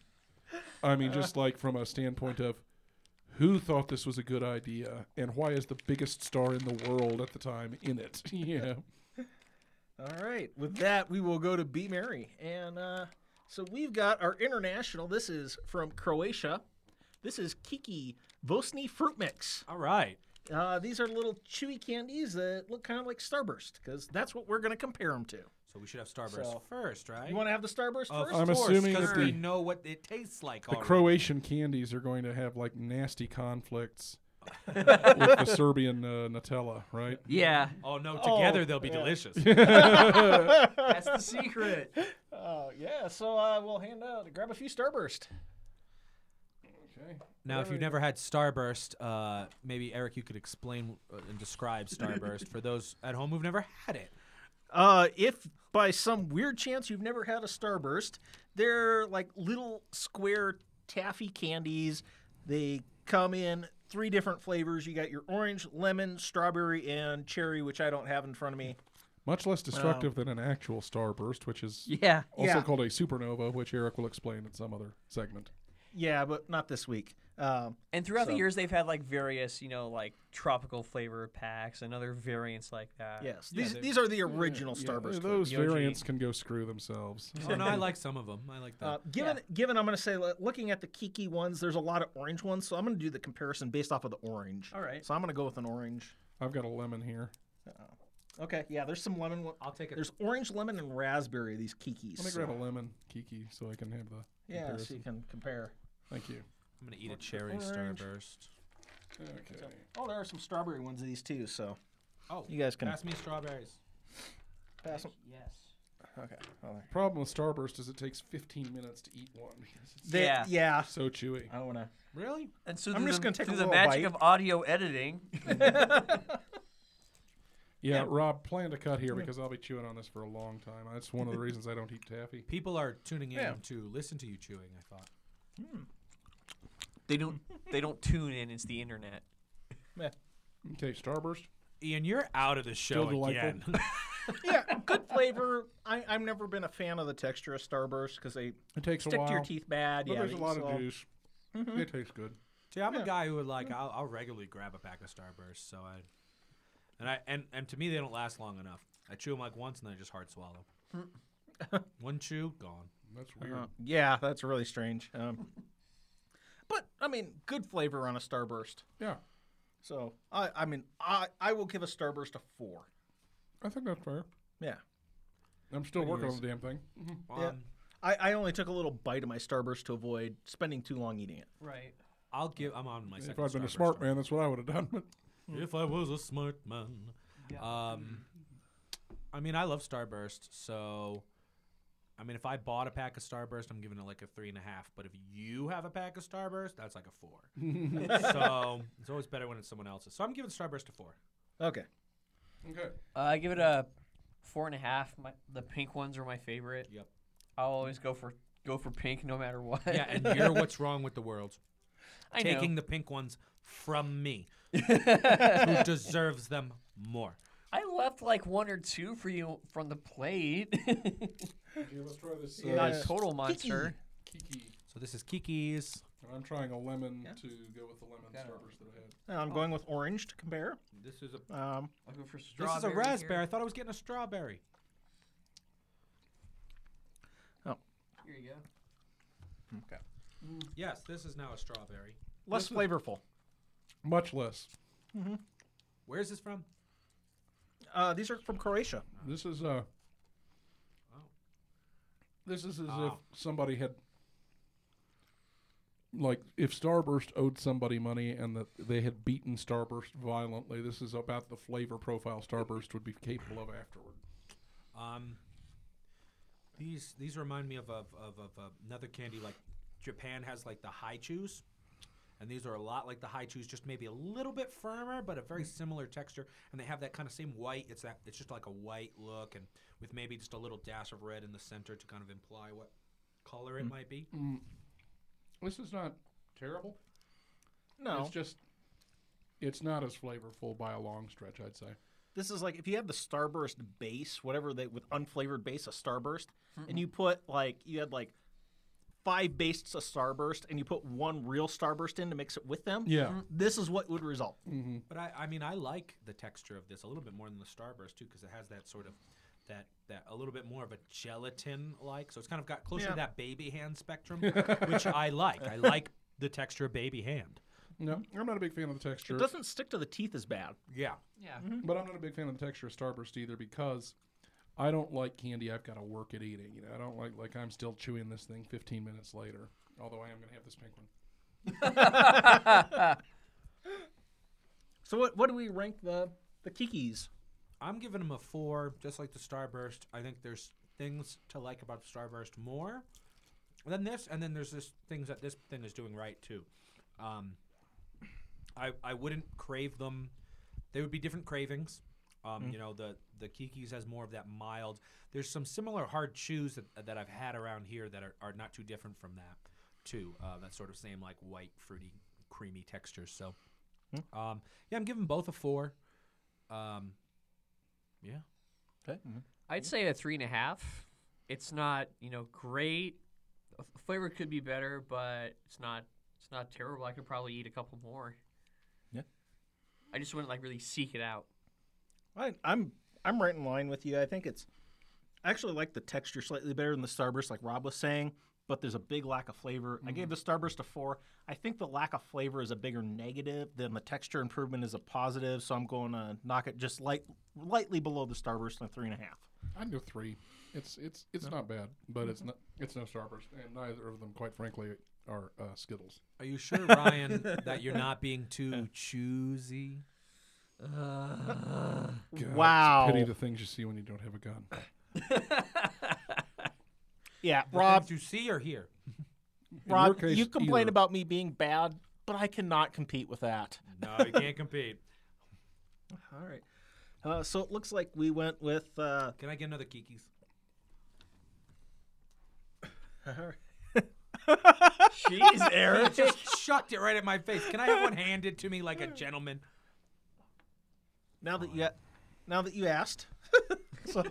[SPEAKER 3] I mean, just like from a standpoint of who thought this was a good idea and why is the biggest star in the world at the time in it? Yeah.
[SPEAKER 5] All right. With that, we will go to Be Merry. And uh, so we've got our international. This is from Croatia. This is Kiki Vosni Fruit Mix.
[SPEAKER 4] All right.
[SPEAKER 5] Uh, these are little chewy candies that look kind of like Starburst because that's what we're going to compare them to.
[SPEAKER 4] So we should have Starburst
[SPEAKER 5] So-
[SPEAKER 4] first, right?
[SPEAKER 5] You want to have the Starburst
[SPEAKER 4] Of
[SPEAKER 5] first?
[SPEAKER 3] I'm
[SPEAKER 4] course,
[SPEAKER 3] assuming
[SPEAKER 4] 'cause
[SPEAKER 3] that
[SPEAKER 4] we
[SPEAKER 3] the-
[SPEAKER 4] know what it tastes like.
[SPEAKER 3] The
[SPEAKER 4] already.
[SPEAKER 3] Croatian candies are going to have like nasty conflicts with the Serbian uh, Nutella, right?
[SPEAKER 2] Yeah,
[SPEAKER 4] Oh no! Together they'll be delicious.
[SPEAKER 2] that's the secret.
[SPEAKER 5] Uh, yeah. So uh, we'll hand out, grab a few Starburst.
[SPEAKER 4] Now, if you've never had Starburst, uh, maybe Eric, you could explain uh, and describe Starburst for those at home who've never had it.
[SPEAKER 5] Uh, if by some weird chance you've never had a starburst, they're like little square taffy candies. They come in three different flavors. You got your orange, lemon, strawberry, and cherry, which I don't have in front of me.
[SPEAKER 3] Much less destructive than an actual starburst, which is
[SPEAKER 2] Yeah,
[SPEAKER 3] also
[SPEAKER 5] Yeah.
[SPEAKER 3] called a supernova, which Eric will explain in some other segment.
[SPEAKER 5] Yeah, but not this week. Um,
[SPEAKER 2] and throughout
[SPEAKER 5] So-
[SPEAKER 2] the years they've had like various, you know, like tropical flavor packs and other variants like that.
[SPEAKER 5] yes, these
[SPEAKER 4] they-
[SPEAKER 5] these are the original
[SPEAKER 3] Yeah,
[SPEAKER 5] starburst.
[SPEAKER 3] those
[SPEAKER 2] Yoji.
[SPEAKER 3] variants can go screw themselves.
[SPEAKER 4] Oh no, I like some of them. I like that.
[SPEAKER 5] Uh, given given, I'm going to say, like, looking at the Kiki ones, there's a lot of orange ones, so I'm going to do the comparison based off of the orange.
[SPEAKER 2] All right.
[SPEAKER 5] So I'm going to go with an orange.
[SPEAKER 3] I've got a lemon here.
[SPEAKER 5] Okay. Yeah, there's some lemon. one-
[SPEAKER 4] I'll take a
[SPEAKER 5] There's orange, lemon, and raspberry. These kikis.
[SPEAKER 3] Let me grab a lemon, Kiki, so I can have the
[SPEAKER 5] yeah, so
[SPEAKER 3] comparison.
[SPEAKER 5] you can compare.
[SPEAKER 3] Thank you.
[SPEAKER 4] I'm gonna eat a cherry
[SPEAKER 5] orange?
[SPEAKER 4] starburst.
[SPEAKER 3] Okay.
[SPEAKER 5] Oh, there are some strawberry ones of these too. So
[SPEAKER 4] Oh,
[SPEAKER 5] you guys can
[SPEAKER 4] pass me strawberries.
[SPEAKER 5] pass them.
[SPEAKER 2] Yes.
[SPEAKER 5] Okay. Well, there.
[SPEAKER 3] Problem with starburst is it takes 15 minutes to eat one because it's
[SPEAKER 5] They-
[SPEAKER 2] Yeah.
[SPEAKER 5] Yeah.
[SPEAKER 3] so chewy.
[SPEAKER 5] I don't wanna.
[SPEAKER 4] Really?
[SPEAKER 2] And so
[SPEAKER 5] I'm
[SPEAKER 2] through
[SPEAKER 5] just
[SPEAKER 2] the-
[SPEAKER 5] gonna take a
[SPEAKER 2] through the
[SPEAKER 5] little
[SPEAKER 2] magic
[SPEAKER 5] bite.
[SPEAKER 2] of audio editing.
[SPEAKER 3] Yeah, Rob, plan to cut here because I'll be chewing on this for a long time. That's one of the reasons I don't eat taffy.
[SPEAKER 4] People are tuning in
[SPEAKER 5] Yeah.
[SPEAKER 4] to listen to you chewing. I thought.
[SPEAKER 2] they don't they don't tune in. It's the internet.
[SPEAKER 3] Okay, starburst.
[SPEAKER 4] Ian, you're out of the show
[SPEAKER 3] Still
[SPEAKER 4] again.
[SPEAKER 3] delightful.
[SPEAKER 5] Yeah. Good flavor. I, I've never been a fan of the texture of Starburst because they
[SPEAKER 3] It takes a
[SPEAKER 5] stick
[SPEAKER 3] while.
[SPEAKER 5] to your teeth bad.
[SPEAKER 3] But
[SPEAKER 5] yeah.
[SPEAKER 3] there's a
[SPEAKER 5] they-
[SPEAKER 3] lot
[SPEAKER 5] so- Mm-hmm.
[SPEAKER 3] of juice. It tastes good.
[SPEAKER 4] See, I'm a guy who would like I'll, I'll regularly grab a pack of starburst. So I, and I and and to me they don't last long enough. I chew them like once and then I just hard swallow.
[SPEAKER 5] Mm.
[SPEAKER 4] One chew, gone.
[SPEAKER 3] That's weird.
[SPEAKER 5] Uh, yeah, that's really strange. Um, but I mean, good flavor on a Starburst.
[SPEAKER 3] Yeah,
[SPEAKER 5] So I, I mean, I, I will give a Starburst a four.
[SPEAKER 3] I think that's fair.
[SPEAKER 5] Yeah.
[SPEAKER 3] I'm still working
[SPEAKER 5] Anyways.
[SPEAKER 3] on the damn thing.
[SPEAKER 5] Yeah.
[SPEAKER 4] Um,
[SPEAKER 5] I, I only took a little bite of my Starburst to avoid spending too long eating it.
[SPEAKER 2] Right.
[SPEAKER 4] I'll give. I'm on my.
[SPEAKER 3] If
[SPEAKER 4] second
[SPEAKER 3] I'd been a
[SPEAKER 4] Starburst
[SPEAKER 3] smart
[SPEAKER 4] now.
[SPEAKER 3] man, that's what I would have done. But
[SPEAKER 4] If I was a smart man. Um, I mean, I love Starburst, so. I mean, if I bought a pack of Starburst, I'm giving it like a three and a half. But if you have a pack of Starburst, that's like a four. so it's always better when it's someone else's. So I'm giving Starburst a four.
[SPEAKER 5] Okay.
[SPEAKER 3] okay,
[SPEAKER 2] Uh, I give it a four and a half. My, the pink ones are my favorite.
[SPEAKER 4] Yep.
[SPEAKER 2] I'll always go for go for pink no matter what.
[SPEAKER 4] Yeah, and you're what's wrong with the world.
[SPEAKER 2] I know.
[SPEAKER 4] taking the pink ones from me,
[SPEAKER 2] I
[SPEAKER 4] who deserves them more.
[SPEAKER 2] left like one or two for you from the plate.
[SPEAKER 3] Here, let's try this. uh,
[SPEAKER 2] Not a total monster.
[SPEAKER 3] Kiki.
[SPEAKER 4] So this is Kiki's.
[SPEAKER 3] And I'm trying a lemon
[SPEAKER 5] Yeah.
[SPEAKER 3] to go with the lemon starburst that I had.
[SPEAKER 5] Now Uh, I'm going with orange to compare.
[SPEAKER 4] This is a
[SPEAKER 5] Um,
[SPEAKER 2] I'll go for
[SPEAKER 4] this is a
[SPEAKER 2] strawberry here.
[SPEAKER 4] raspberry. I thought I was getting a strawberry.
[SPEAKER 2] Here you go.
[SPEAKER 5] okay.
[SPEAKER 4] Yes, this is now a strawberry.
[SPEAKER 5] Less flavorful.
[SPEAKER 3] Much less.
[SPEAKER 4] Where is this from?
[SPEAKER 5] Uh, these are from Croatia.
[SPEAKER 3] This is uh
[SPEAKER 4] Oh.
[SPEAKER 3] This is as
[SPEAKER 4] Oh.
[SPEAKER 3] if somebody had like if Starburst owed somebody money and that they had beaten Starburst violently, this is about the flavor profile Starburst would be capable of afterward.
[SPEAKER 4] Um, these these remind me of of, of, of uh, another candy like Japan has like the high chews, and these are a lot like the high chews, just maybe a little bit firmer, but a very similar texture, and they have that kind of same white. It's that it's just like a white look, and with maybe just a little dash of red in the center to kind of imply what color it might be.
[SPEAKER 3] This is not terrible.
[SPEAKER 5] No,
[SPEAKER 3] It's just it's not as flavorful by a long stretch, I'd say.
[SPEAKER 5] this is like if you have the starburst base whatever they with unflavored base a starburst and you put like you had like five bases of starburst and you put one real starburst in to mix it with them
[SPEAKER 4] Mm-hmm.
[SPEAKER 3] Yeah.
[SPEAKER 5] this is what would result
[SPEAKER 4] But I, I mean, I like the texture of this a little bit more than the Starburst too, because it has that sort of that that a little bit more of a gelatin like. So it's kind of got closer
[SPEAKER 5] Yeah.
[SPEAKER 4] to that baby hand spectrum, which I like. I like the texture of baby hand.
[SPEAKER 3] No, I'm not a big fan of the texture.
[SPEAKER 5] it doesn't stick to the teeth as bad
[SPEAKER 4] Yeah.
[SPEAKER 2] Yeah.
[SPEAKER 3] But I'm not a big fan of the texture of Starburst either because I don't like candy I've got to work at eating. You know, I don't like like I'm still chewing this thing 15 minutes later. Although I am going to have this pink one.
[SPEAKER 5] so what, what do we rank the the kikis
[SPEAKER 4] I'm giving them a four, just like the Starburst. I think there's things to like about the Starburst more than this, and then there's this things that this thing is doing right too. Um, I I wouldn't crave them. They would be different cravings. Um, You know, the the Kiki's has more of that mild. There's some similar hard chews that, that I've had around here that are, are not too different from that, too. Uh, that sort of same like white fruity, creamy texture. So, um, yeah, I'm giving both a four. Um, yeah.
[SPEAKER 2] I'd say a three and a half. It's not, you know, great. The f- Flavor could be better, but it's not. It's not terrible. I could probably eat a couple more.
[SPEAKER 5] Yeah.
[SPEAKER 2] I just wouldn't like really seek it out.
[SPEAKER 5] I, i'm i'm right in line with you i think it's I actually like the texture slightly better than the starburst like rob was saying but there's a big lack of flavor. I gave the Starburst a four. I think the lack of flavor is a bigger negative than the texture improvement is a positive. So I'm going to knock it just light, lightly below the Starburst on three and a half.
[SPEAKER 3] I'd go three. It's it's it's not bad, but
[SPEAKER 5] Mm-hmm.
[SPEAKER 3] it's not it's no Starburst, and neither of them, quite frankly, are uh, Skittles.
[SPEAKER 4] Are you sure, Ryan, that you're not being too choosy?
[SPEAKER 3] God, it's a
[SPEAKER 5] Wow.
[SPEAKER 3] pity the things you see when you don't have a gun.
[SPEAKER 5] Yeah, Rob,
[SPEAKER 4] you see or hear?
[SPEAKER 3] In your
[SPEAKER 5] Rob,
[SPEAKER 3] case,
[SPEAKER 5] you complain
[SPEAKER 3] either.
[SPEAKER 5] about me being bad, but I cannot compete with that.
[SPEAKER 4] No, you can't compete.
[SPEAKER 5] All right. Uh, so it looks like we went with. Uh,
[SPEAKER 4] Can I get another Kiki's?
[SPEAKER 2] Jeez, Eric.
[SPEAKER 4] Just shucked it right at my face. Can I have one handed to me like a gentleman?
[SPEAKER 5] now that you, now that you asked. So-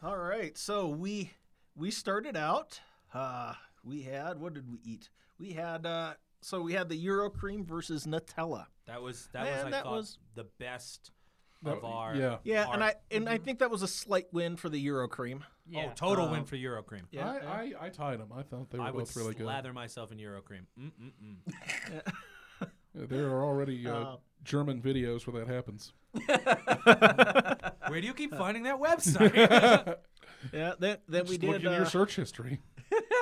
[SPEAKER 5] all right. So we we started out. Uh, we had what did we eat? We had uh, so we had the Euro cream versus Nutella.
[SPEAKER 4] That was that was
[SPEAKER 5] Man,
[SPEAKER 4] I
[SPEAKER 5] that
[SPEAKER 4] thought
[SPEAKER 5] was-
[SPEAKER 4] the best
[SPEAKER 3] That-
[SPEAKER 4] of our Oh,
[SPEAKER 3] yeah.
[SPEAKER 5] Yeah, and I
[SPEAKER 4] art.
[SPEAKER 5] and I think that was a slight win for the Euro cream.
[SPEAKER 2] Yeah.
[SPEAKER 4] oh total win
[SPEAKER 5] Um,
[SPEAKER 4] for Eurocream.
[SPEAKER 5] Yeah.
[SPEAKER 3] I, I I tied them. I thought they were
[SPEAKER 4] I would
[SPEAKER 3] both really good.
[SPEAKER 4] slather myself in Eurocream. Mm, Mm-mm-mm.
[SPEAKER 3] There are already uh,
[SPEAKER 5] Uh,
[SPEAKER 3] German videos where that happens.
[SPEAKER 4] Where do you keep finding that website?
[SPEAKER 5] Yeah. Then, then we
[SPEAKER 3] Just
[SPEAKER 5] did.
[SPEAKER 3] looking at your
[SPEAKER 5] uh,
[SPEAKER 3] search history.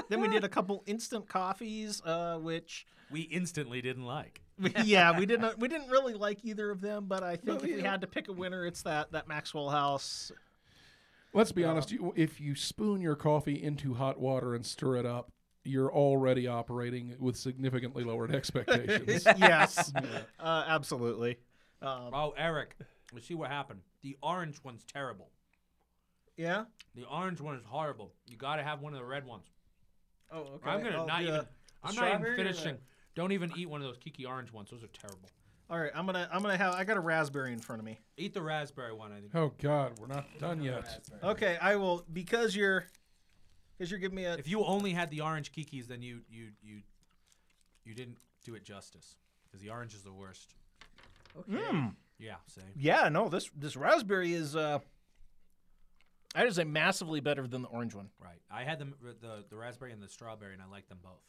[SPEAKER 5] then we did a couple instant coffees, uh, which
[SPEAKER 4] we instantly didn't like.
[SPEAKER 5] yeah, we didn't we didn't really like either of them, but I think
[SPEAKER 3] Well,
[SPEAKER 5] if we
[SPEAKER 3] yeah.
[SPEAKER 5] had to pick a winner, it's that that Maxwell House.
[SPEAKER 3] Let's be honest. You, if you spoon your coffee into hot water and stir it up, you're already operating with significantly lowered expectations.
[SPEAKER 5] yes, uh, absolutely. Um,
[SPEAKER 4] Oh, Eric, you see what happened. The orange one's terrible.
[SPEAKER 5] yeah.
[SPEAKER 4] The orange one is horrible. You got to have one of the red ones.
[SPEAKER 5] Oh, okay.
[SPEAKER 4] I'm gonna
[SPEAKER 5] Well,
[SPEAKER 4] not
[SPEAKER 5] the-
[SPEAKER 4] even. I'm not even
[SPEAKER 5] strawberry or the-
[SPEAKER 4] finishing. Don't even eat one of those Kiki orange ones. Those are terrible.
[SPEAKER 5] All right, I'm gonna I'm gonna have I got a raspberry in front of me.
[SPEAKER 4] Eat the raspberry one. I think.
[SPEAKER 3] Oh God, we're not done yet.
[SPEAKER 5] Okay, I will because you're because you're giving me a
[SPEAKER 4] If you only had the orange Kikis, then you you you you didn't do it justice because the orange is the worst.
[SPEAKER 2] Okay.
[SPEAKER 5] Hmm.
[SPEAKER 4] Yeah, same.
[SPEAKER 5] yeah no this this raspberry is uh that is a massively better than the orange one.
[SPEAKER 4] Right. I had the, the the raspberry and the strawberry, and I liked them both.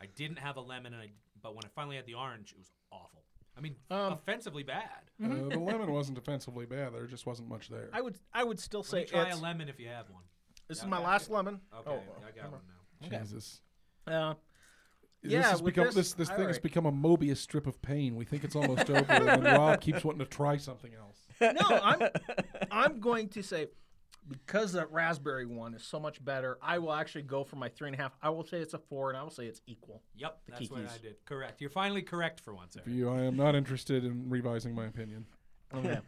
[SPEAKER 4] I didn't have a lemon, and I, but when I finally had the orange, it was awful. I mean,
[SPEAKER 5] Um,
[SPEAKER 4] offensively bad.
[SPEAKER 3] Uh, the lemon wasn't offensively bad. There just wasn't much there.
[SPEAKER 5] I would I would still
[SPEAKER 4] Let
[SPEAKER 5] say
[SPEAKER 4] me try a
[SPEAKER 5] it's-
[SPEAKER 4] lemon if you have one.
[SPEAKER 5] this is
[SPEAKER 4] Yeah,
[SPEAKER 5] my
[SPEAKER 4] okay.
[SPEAKER 5] last lemon.
[SPEAKER 4] Okay,
[SPEAKER 5] Oh,
[SPEAKER 4] I got one now.
[SPEAKER 3] Jesus.
[SPEAKER 5] Uh,
[SPEAKER 3] this
[SPEAKER 5] Yeah,
[SPEAKER 3] has
[SPEAKER 5] with
[SPEAKER 3] become
[SPEAKER 5] this-
[SPEAKER 3] this, thing has
[SPEAKER 5] alright.
[SPEAKER 3] become a Mobius strip of pain. We think it's almost over, and then Rob keeps wanting to try something else.
[SPEAKER 5] no, I'm I'm going to say because that raspberry one is so much better. I will actually go for my three and a half. I will say it's a four, and I will say it's equal.
[SPEAKER 4] Yep,
[SPEAKER 5] The
[SPEAKER 4] that's what I
[SPEAKER 5] Kikis.
[SPEAKER 4] did. Correct. You're finally correct for once, Eric.
[SPEAKER 3] You, I am not interested in revising my opinion.
[SPEAKER 5] Okay.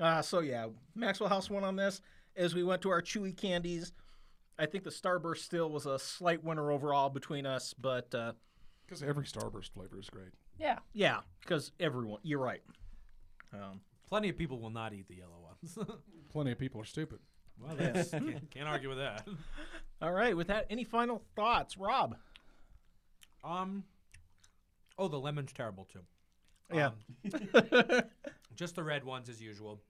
[SPEAKER 5] uh, so yeah, Maxwell House won on this. As we went to our chewy candies, I think the Starburst still was a slight winner overall between us, but uh,
[SPEAKER 3] Because every Starburst flavor is great.
[SPEAKER 5] yeah, yeah, because everyone, you're right. Um,
[SPEAKER 4] Plenty of people will not eat the yellow ones.
[SPEAKER 3] Plenty of people are stupid.
[SPEAKER 4] well, that's, can't, can't argue with that.
[SPEAKER 5] all right, with that, any final thoughts, Rob?
[SPEAKER 4] Um. Oh, the lemon's terrible too. Um,
[SPEAKER 5] Yeah.
[SPEAKER 4] Just the red ones as usual.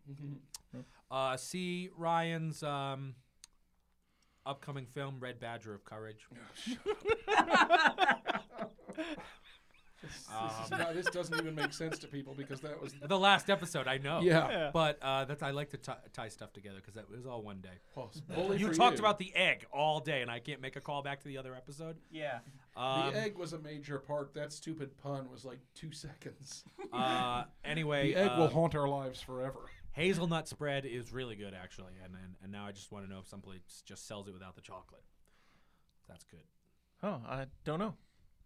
[SPEAKER 4] Uh, see Ryan's um, upcoming film, Red Badger of Courage.
[SPEAKER 3] Um, this, doesn't even make sense to people because that was.
[SPEAKER 4] The last episode, I know.
[SPEAKER 3] Yeah.
[SPEAKER 4] But uh, that's I like to ti tie stuff together because that was all one day.
[SPEAKER 3] Bully
[SPEAKER 4] you talked about the egg all day, and I can't make a call back to the other episode.
[SPEAKER 5] yeah.
[SPEAKER 4] Um,
[SPEAKER 3] egg was a major part. That stupid pun was like two seconds.
[SPEAKER 4] uh, anyway,
[SPEAKER 3] The egg will
[SPEAKER 4] uh,
[SPEAKER 3] haunt our lives forever.
[SPEAKER 4] hazelnut spread is really good actually, and and, and now I just want to know if someplace just sells it without the chocolate. That's good.
[SPEAKER 5] Oh, I don't know.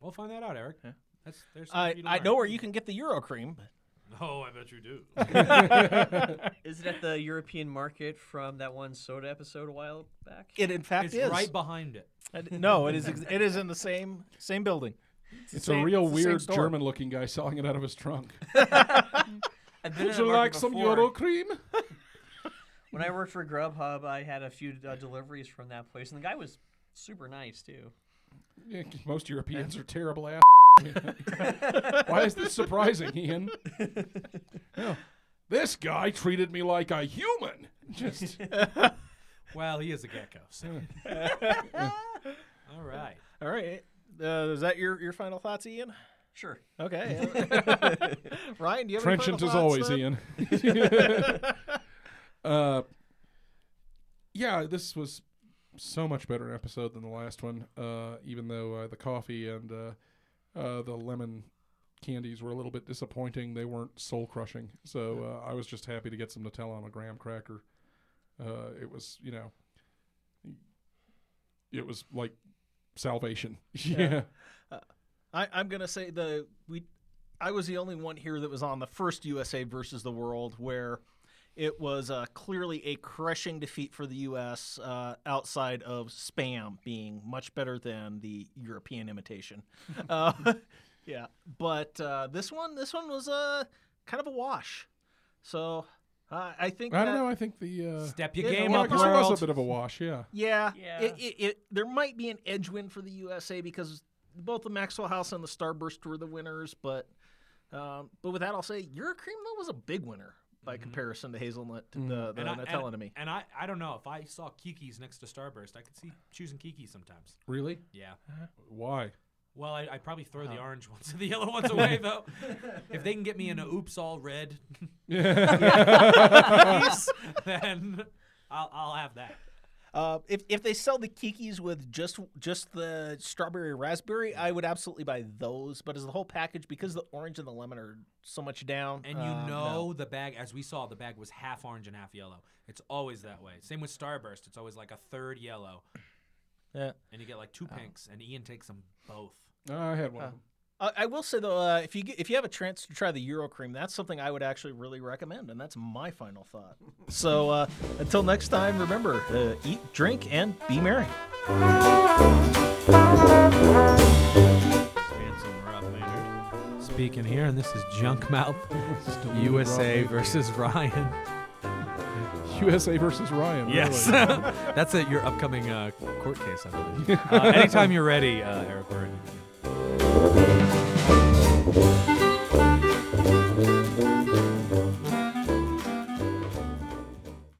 [SPEAKER 4] We'll find that out, Eric.
[SPEAKER 5] Yeah.
[SPEAKER 4] That's there's. something
[SPEAKER 5] I,
[SPEAKER 4] for you to
[SPEAKER 5] I
[SPEAKER 4] learn.
[SPEAKER 5] know where you can get the Euro cream. But
[SPEAKER 4] Oh, I bet you do.
[SPEAKER 2] Is it at the European market from that one soda episode a while back?
[SPEAKER 5] it in fact
[SPEAKER 4] it's
[SPEAKER 5] is
[SPEAKER 4] right behind it.
[SPEAKER 5] I d- no, it is. ex- It is in the same same building.
[SPEAKER 3] It's,
[SPEAKER 5] the
[SPEAKER 3] a
[SPEAKER 5] same-
[SPEAKER 3] real
[SPEAKER 5] it's the same
[SPEAKER 3] weird
[SPEAKER 5] store.
[SPEAKER 3] German-looking guy selling it out of his trunk.
[SPEAKER 2] I've been
[SPEAKER 3] Would
[SPEAKER 2] in the
[SPEAKER 3] you like
[SPEAKER 2] market
[SPEAKER 3] some
[SPEAKER 2] before.
[SPEAKER 3] Euro cream?
[SPEAKER 2] When I worked for Grubhub, I had a few uh, deliveries from that place, and the guy was super nice too.
[SPEAKER 3] Yeah, 'cause most Europeans are terrible ass. Why is this surprising, Ian? Yeah. This guy treated me like a human. Just
[SPEAKER 4] Well, he is a gecko. So.
[SPEAKER 5] Hmm.
[SPEAKER 4] All right.
[SPEAKER 5] All right. Uh, is that your, your final thoughts, Ian?
[SPEAKER 2] Sure.
[SPEAKER 5] Okay. Ryan, do you have
[SPEAKER 3] trenchant
[SPEAKER 5] any
[SPEAKER 3] as
[SPEAKER 5] final
[SPEAKER 3] always,
[SPEAKER 5] thoughts, then?
[SPEAKER 3] Ian. uh, yeah, this was so much better an episode than the last one. Uh, even though uh, the coffee and uh, uh, the lemon candies were a little bit disappointing, they weren't soul crushing. So uh, I was just happy to get some Nutella on a graham cracker. Uh, it was, you know, it was like salvation. yeah.
[SPEAKER 5] I, I'm gonna say the we. I was the only one here that was on the first USA versus the world where it was uh, clearly a crushing defeat for the U.S. Uh, outside of spam being much better than the European imitation. uh, yeah, but uh, this one, this one was uh, kind of a wash. So uh, I think
[SPEAKER 3] I don't
[SPEAKER 5] that-
[SPEAKER 3] know. I think the uh,
[SPEAKER 4] Step your
[SPEAKER 5] Yeah,
[SPEAKER 4] game
[SPEAKER 5] well,
[SPEAKER 3] I
[SPEAKER 4] up,
[SPEAKER 3] guess it was
[SPEAKER 4] world.
[SPEAKER 3] a bit of a wash. Yeah.
[SPEAKER 5] Yeah,
[SPEAKER 2] Yeah.
[SPEAKER 5] It, it, it, there might be an edge win for the USA because both the Maxwell House and the Starburst were the winners. But um, but with that, I'll say your cream though was a big winner by comparison to hazelnut, the, the
[SPEAKER 4] Mm-hmm. And, I,
[SPEAKER 5] Nutella
[SPEAKER 4] and,
[SPEAKER 5] uh, to me.
[SPEAKER 4] and I, I don't know if I saw Kiki's next to Starburst, I could see choosing Kiki sometimes.
[SPEAKER 3] Really?
[SPEAKER 4] Yeah.
[SPEAKER 3] Why?
[SPEAKER 4] Well, I, I probably throw the orange ones and the yellow ones away though. if they can get me an oops all red, piece, then I'll, I'll have that.
[SPEAKER 5] Uh, if if they sell the Kikis with just just the strawberry raspberry, I would absolutely buy those. But as the whole package, because the orange and the lemon are so much down,
[SPEAKER 4] And you
[SPEAKER 5] um, no.
[SPEAKER 4] know the bag, as we saw, the bag was half orange and half yellow. It's always that way. Same with Starburst. It's always like a third yellow,
[SPEAKER 5] yeah.
[SPEAKER 4] and you get like two pinks, and Ian takes them both.
[SPEAKER 3] I had one. of them.
[SPEAKER 5] I I will say though, uh, if you get, if you have a chance to try the Euro cream, that's something I would actually really recommend, and that's my final thought. So uh, until next time, remember uh, eat, drink, and be merry.
[SPEAKER 4] speaking here, and this is Junkmouth USA versus Ryan.
[SPEAKER 3] USA versus Ryan.
[SPEAKER 4] Yes,
[SPEAKER 3] Really.
[SPEAKER 4] that's it. Your upcoming uh, court case, I believe. uh, anytime you're ready, uh, Eric. We're in.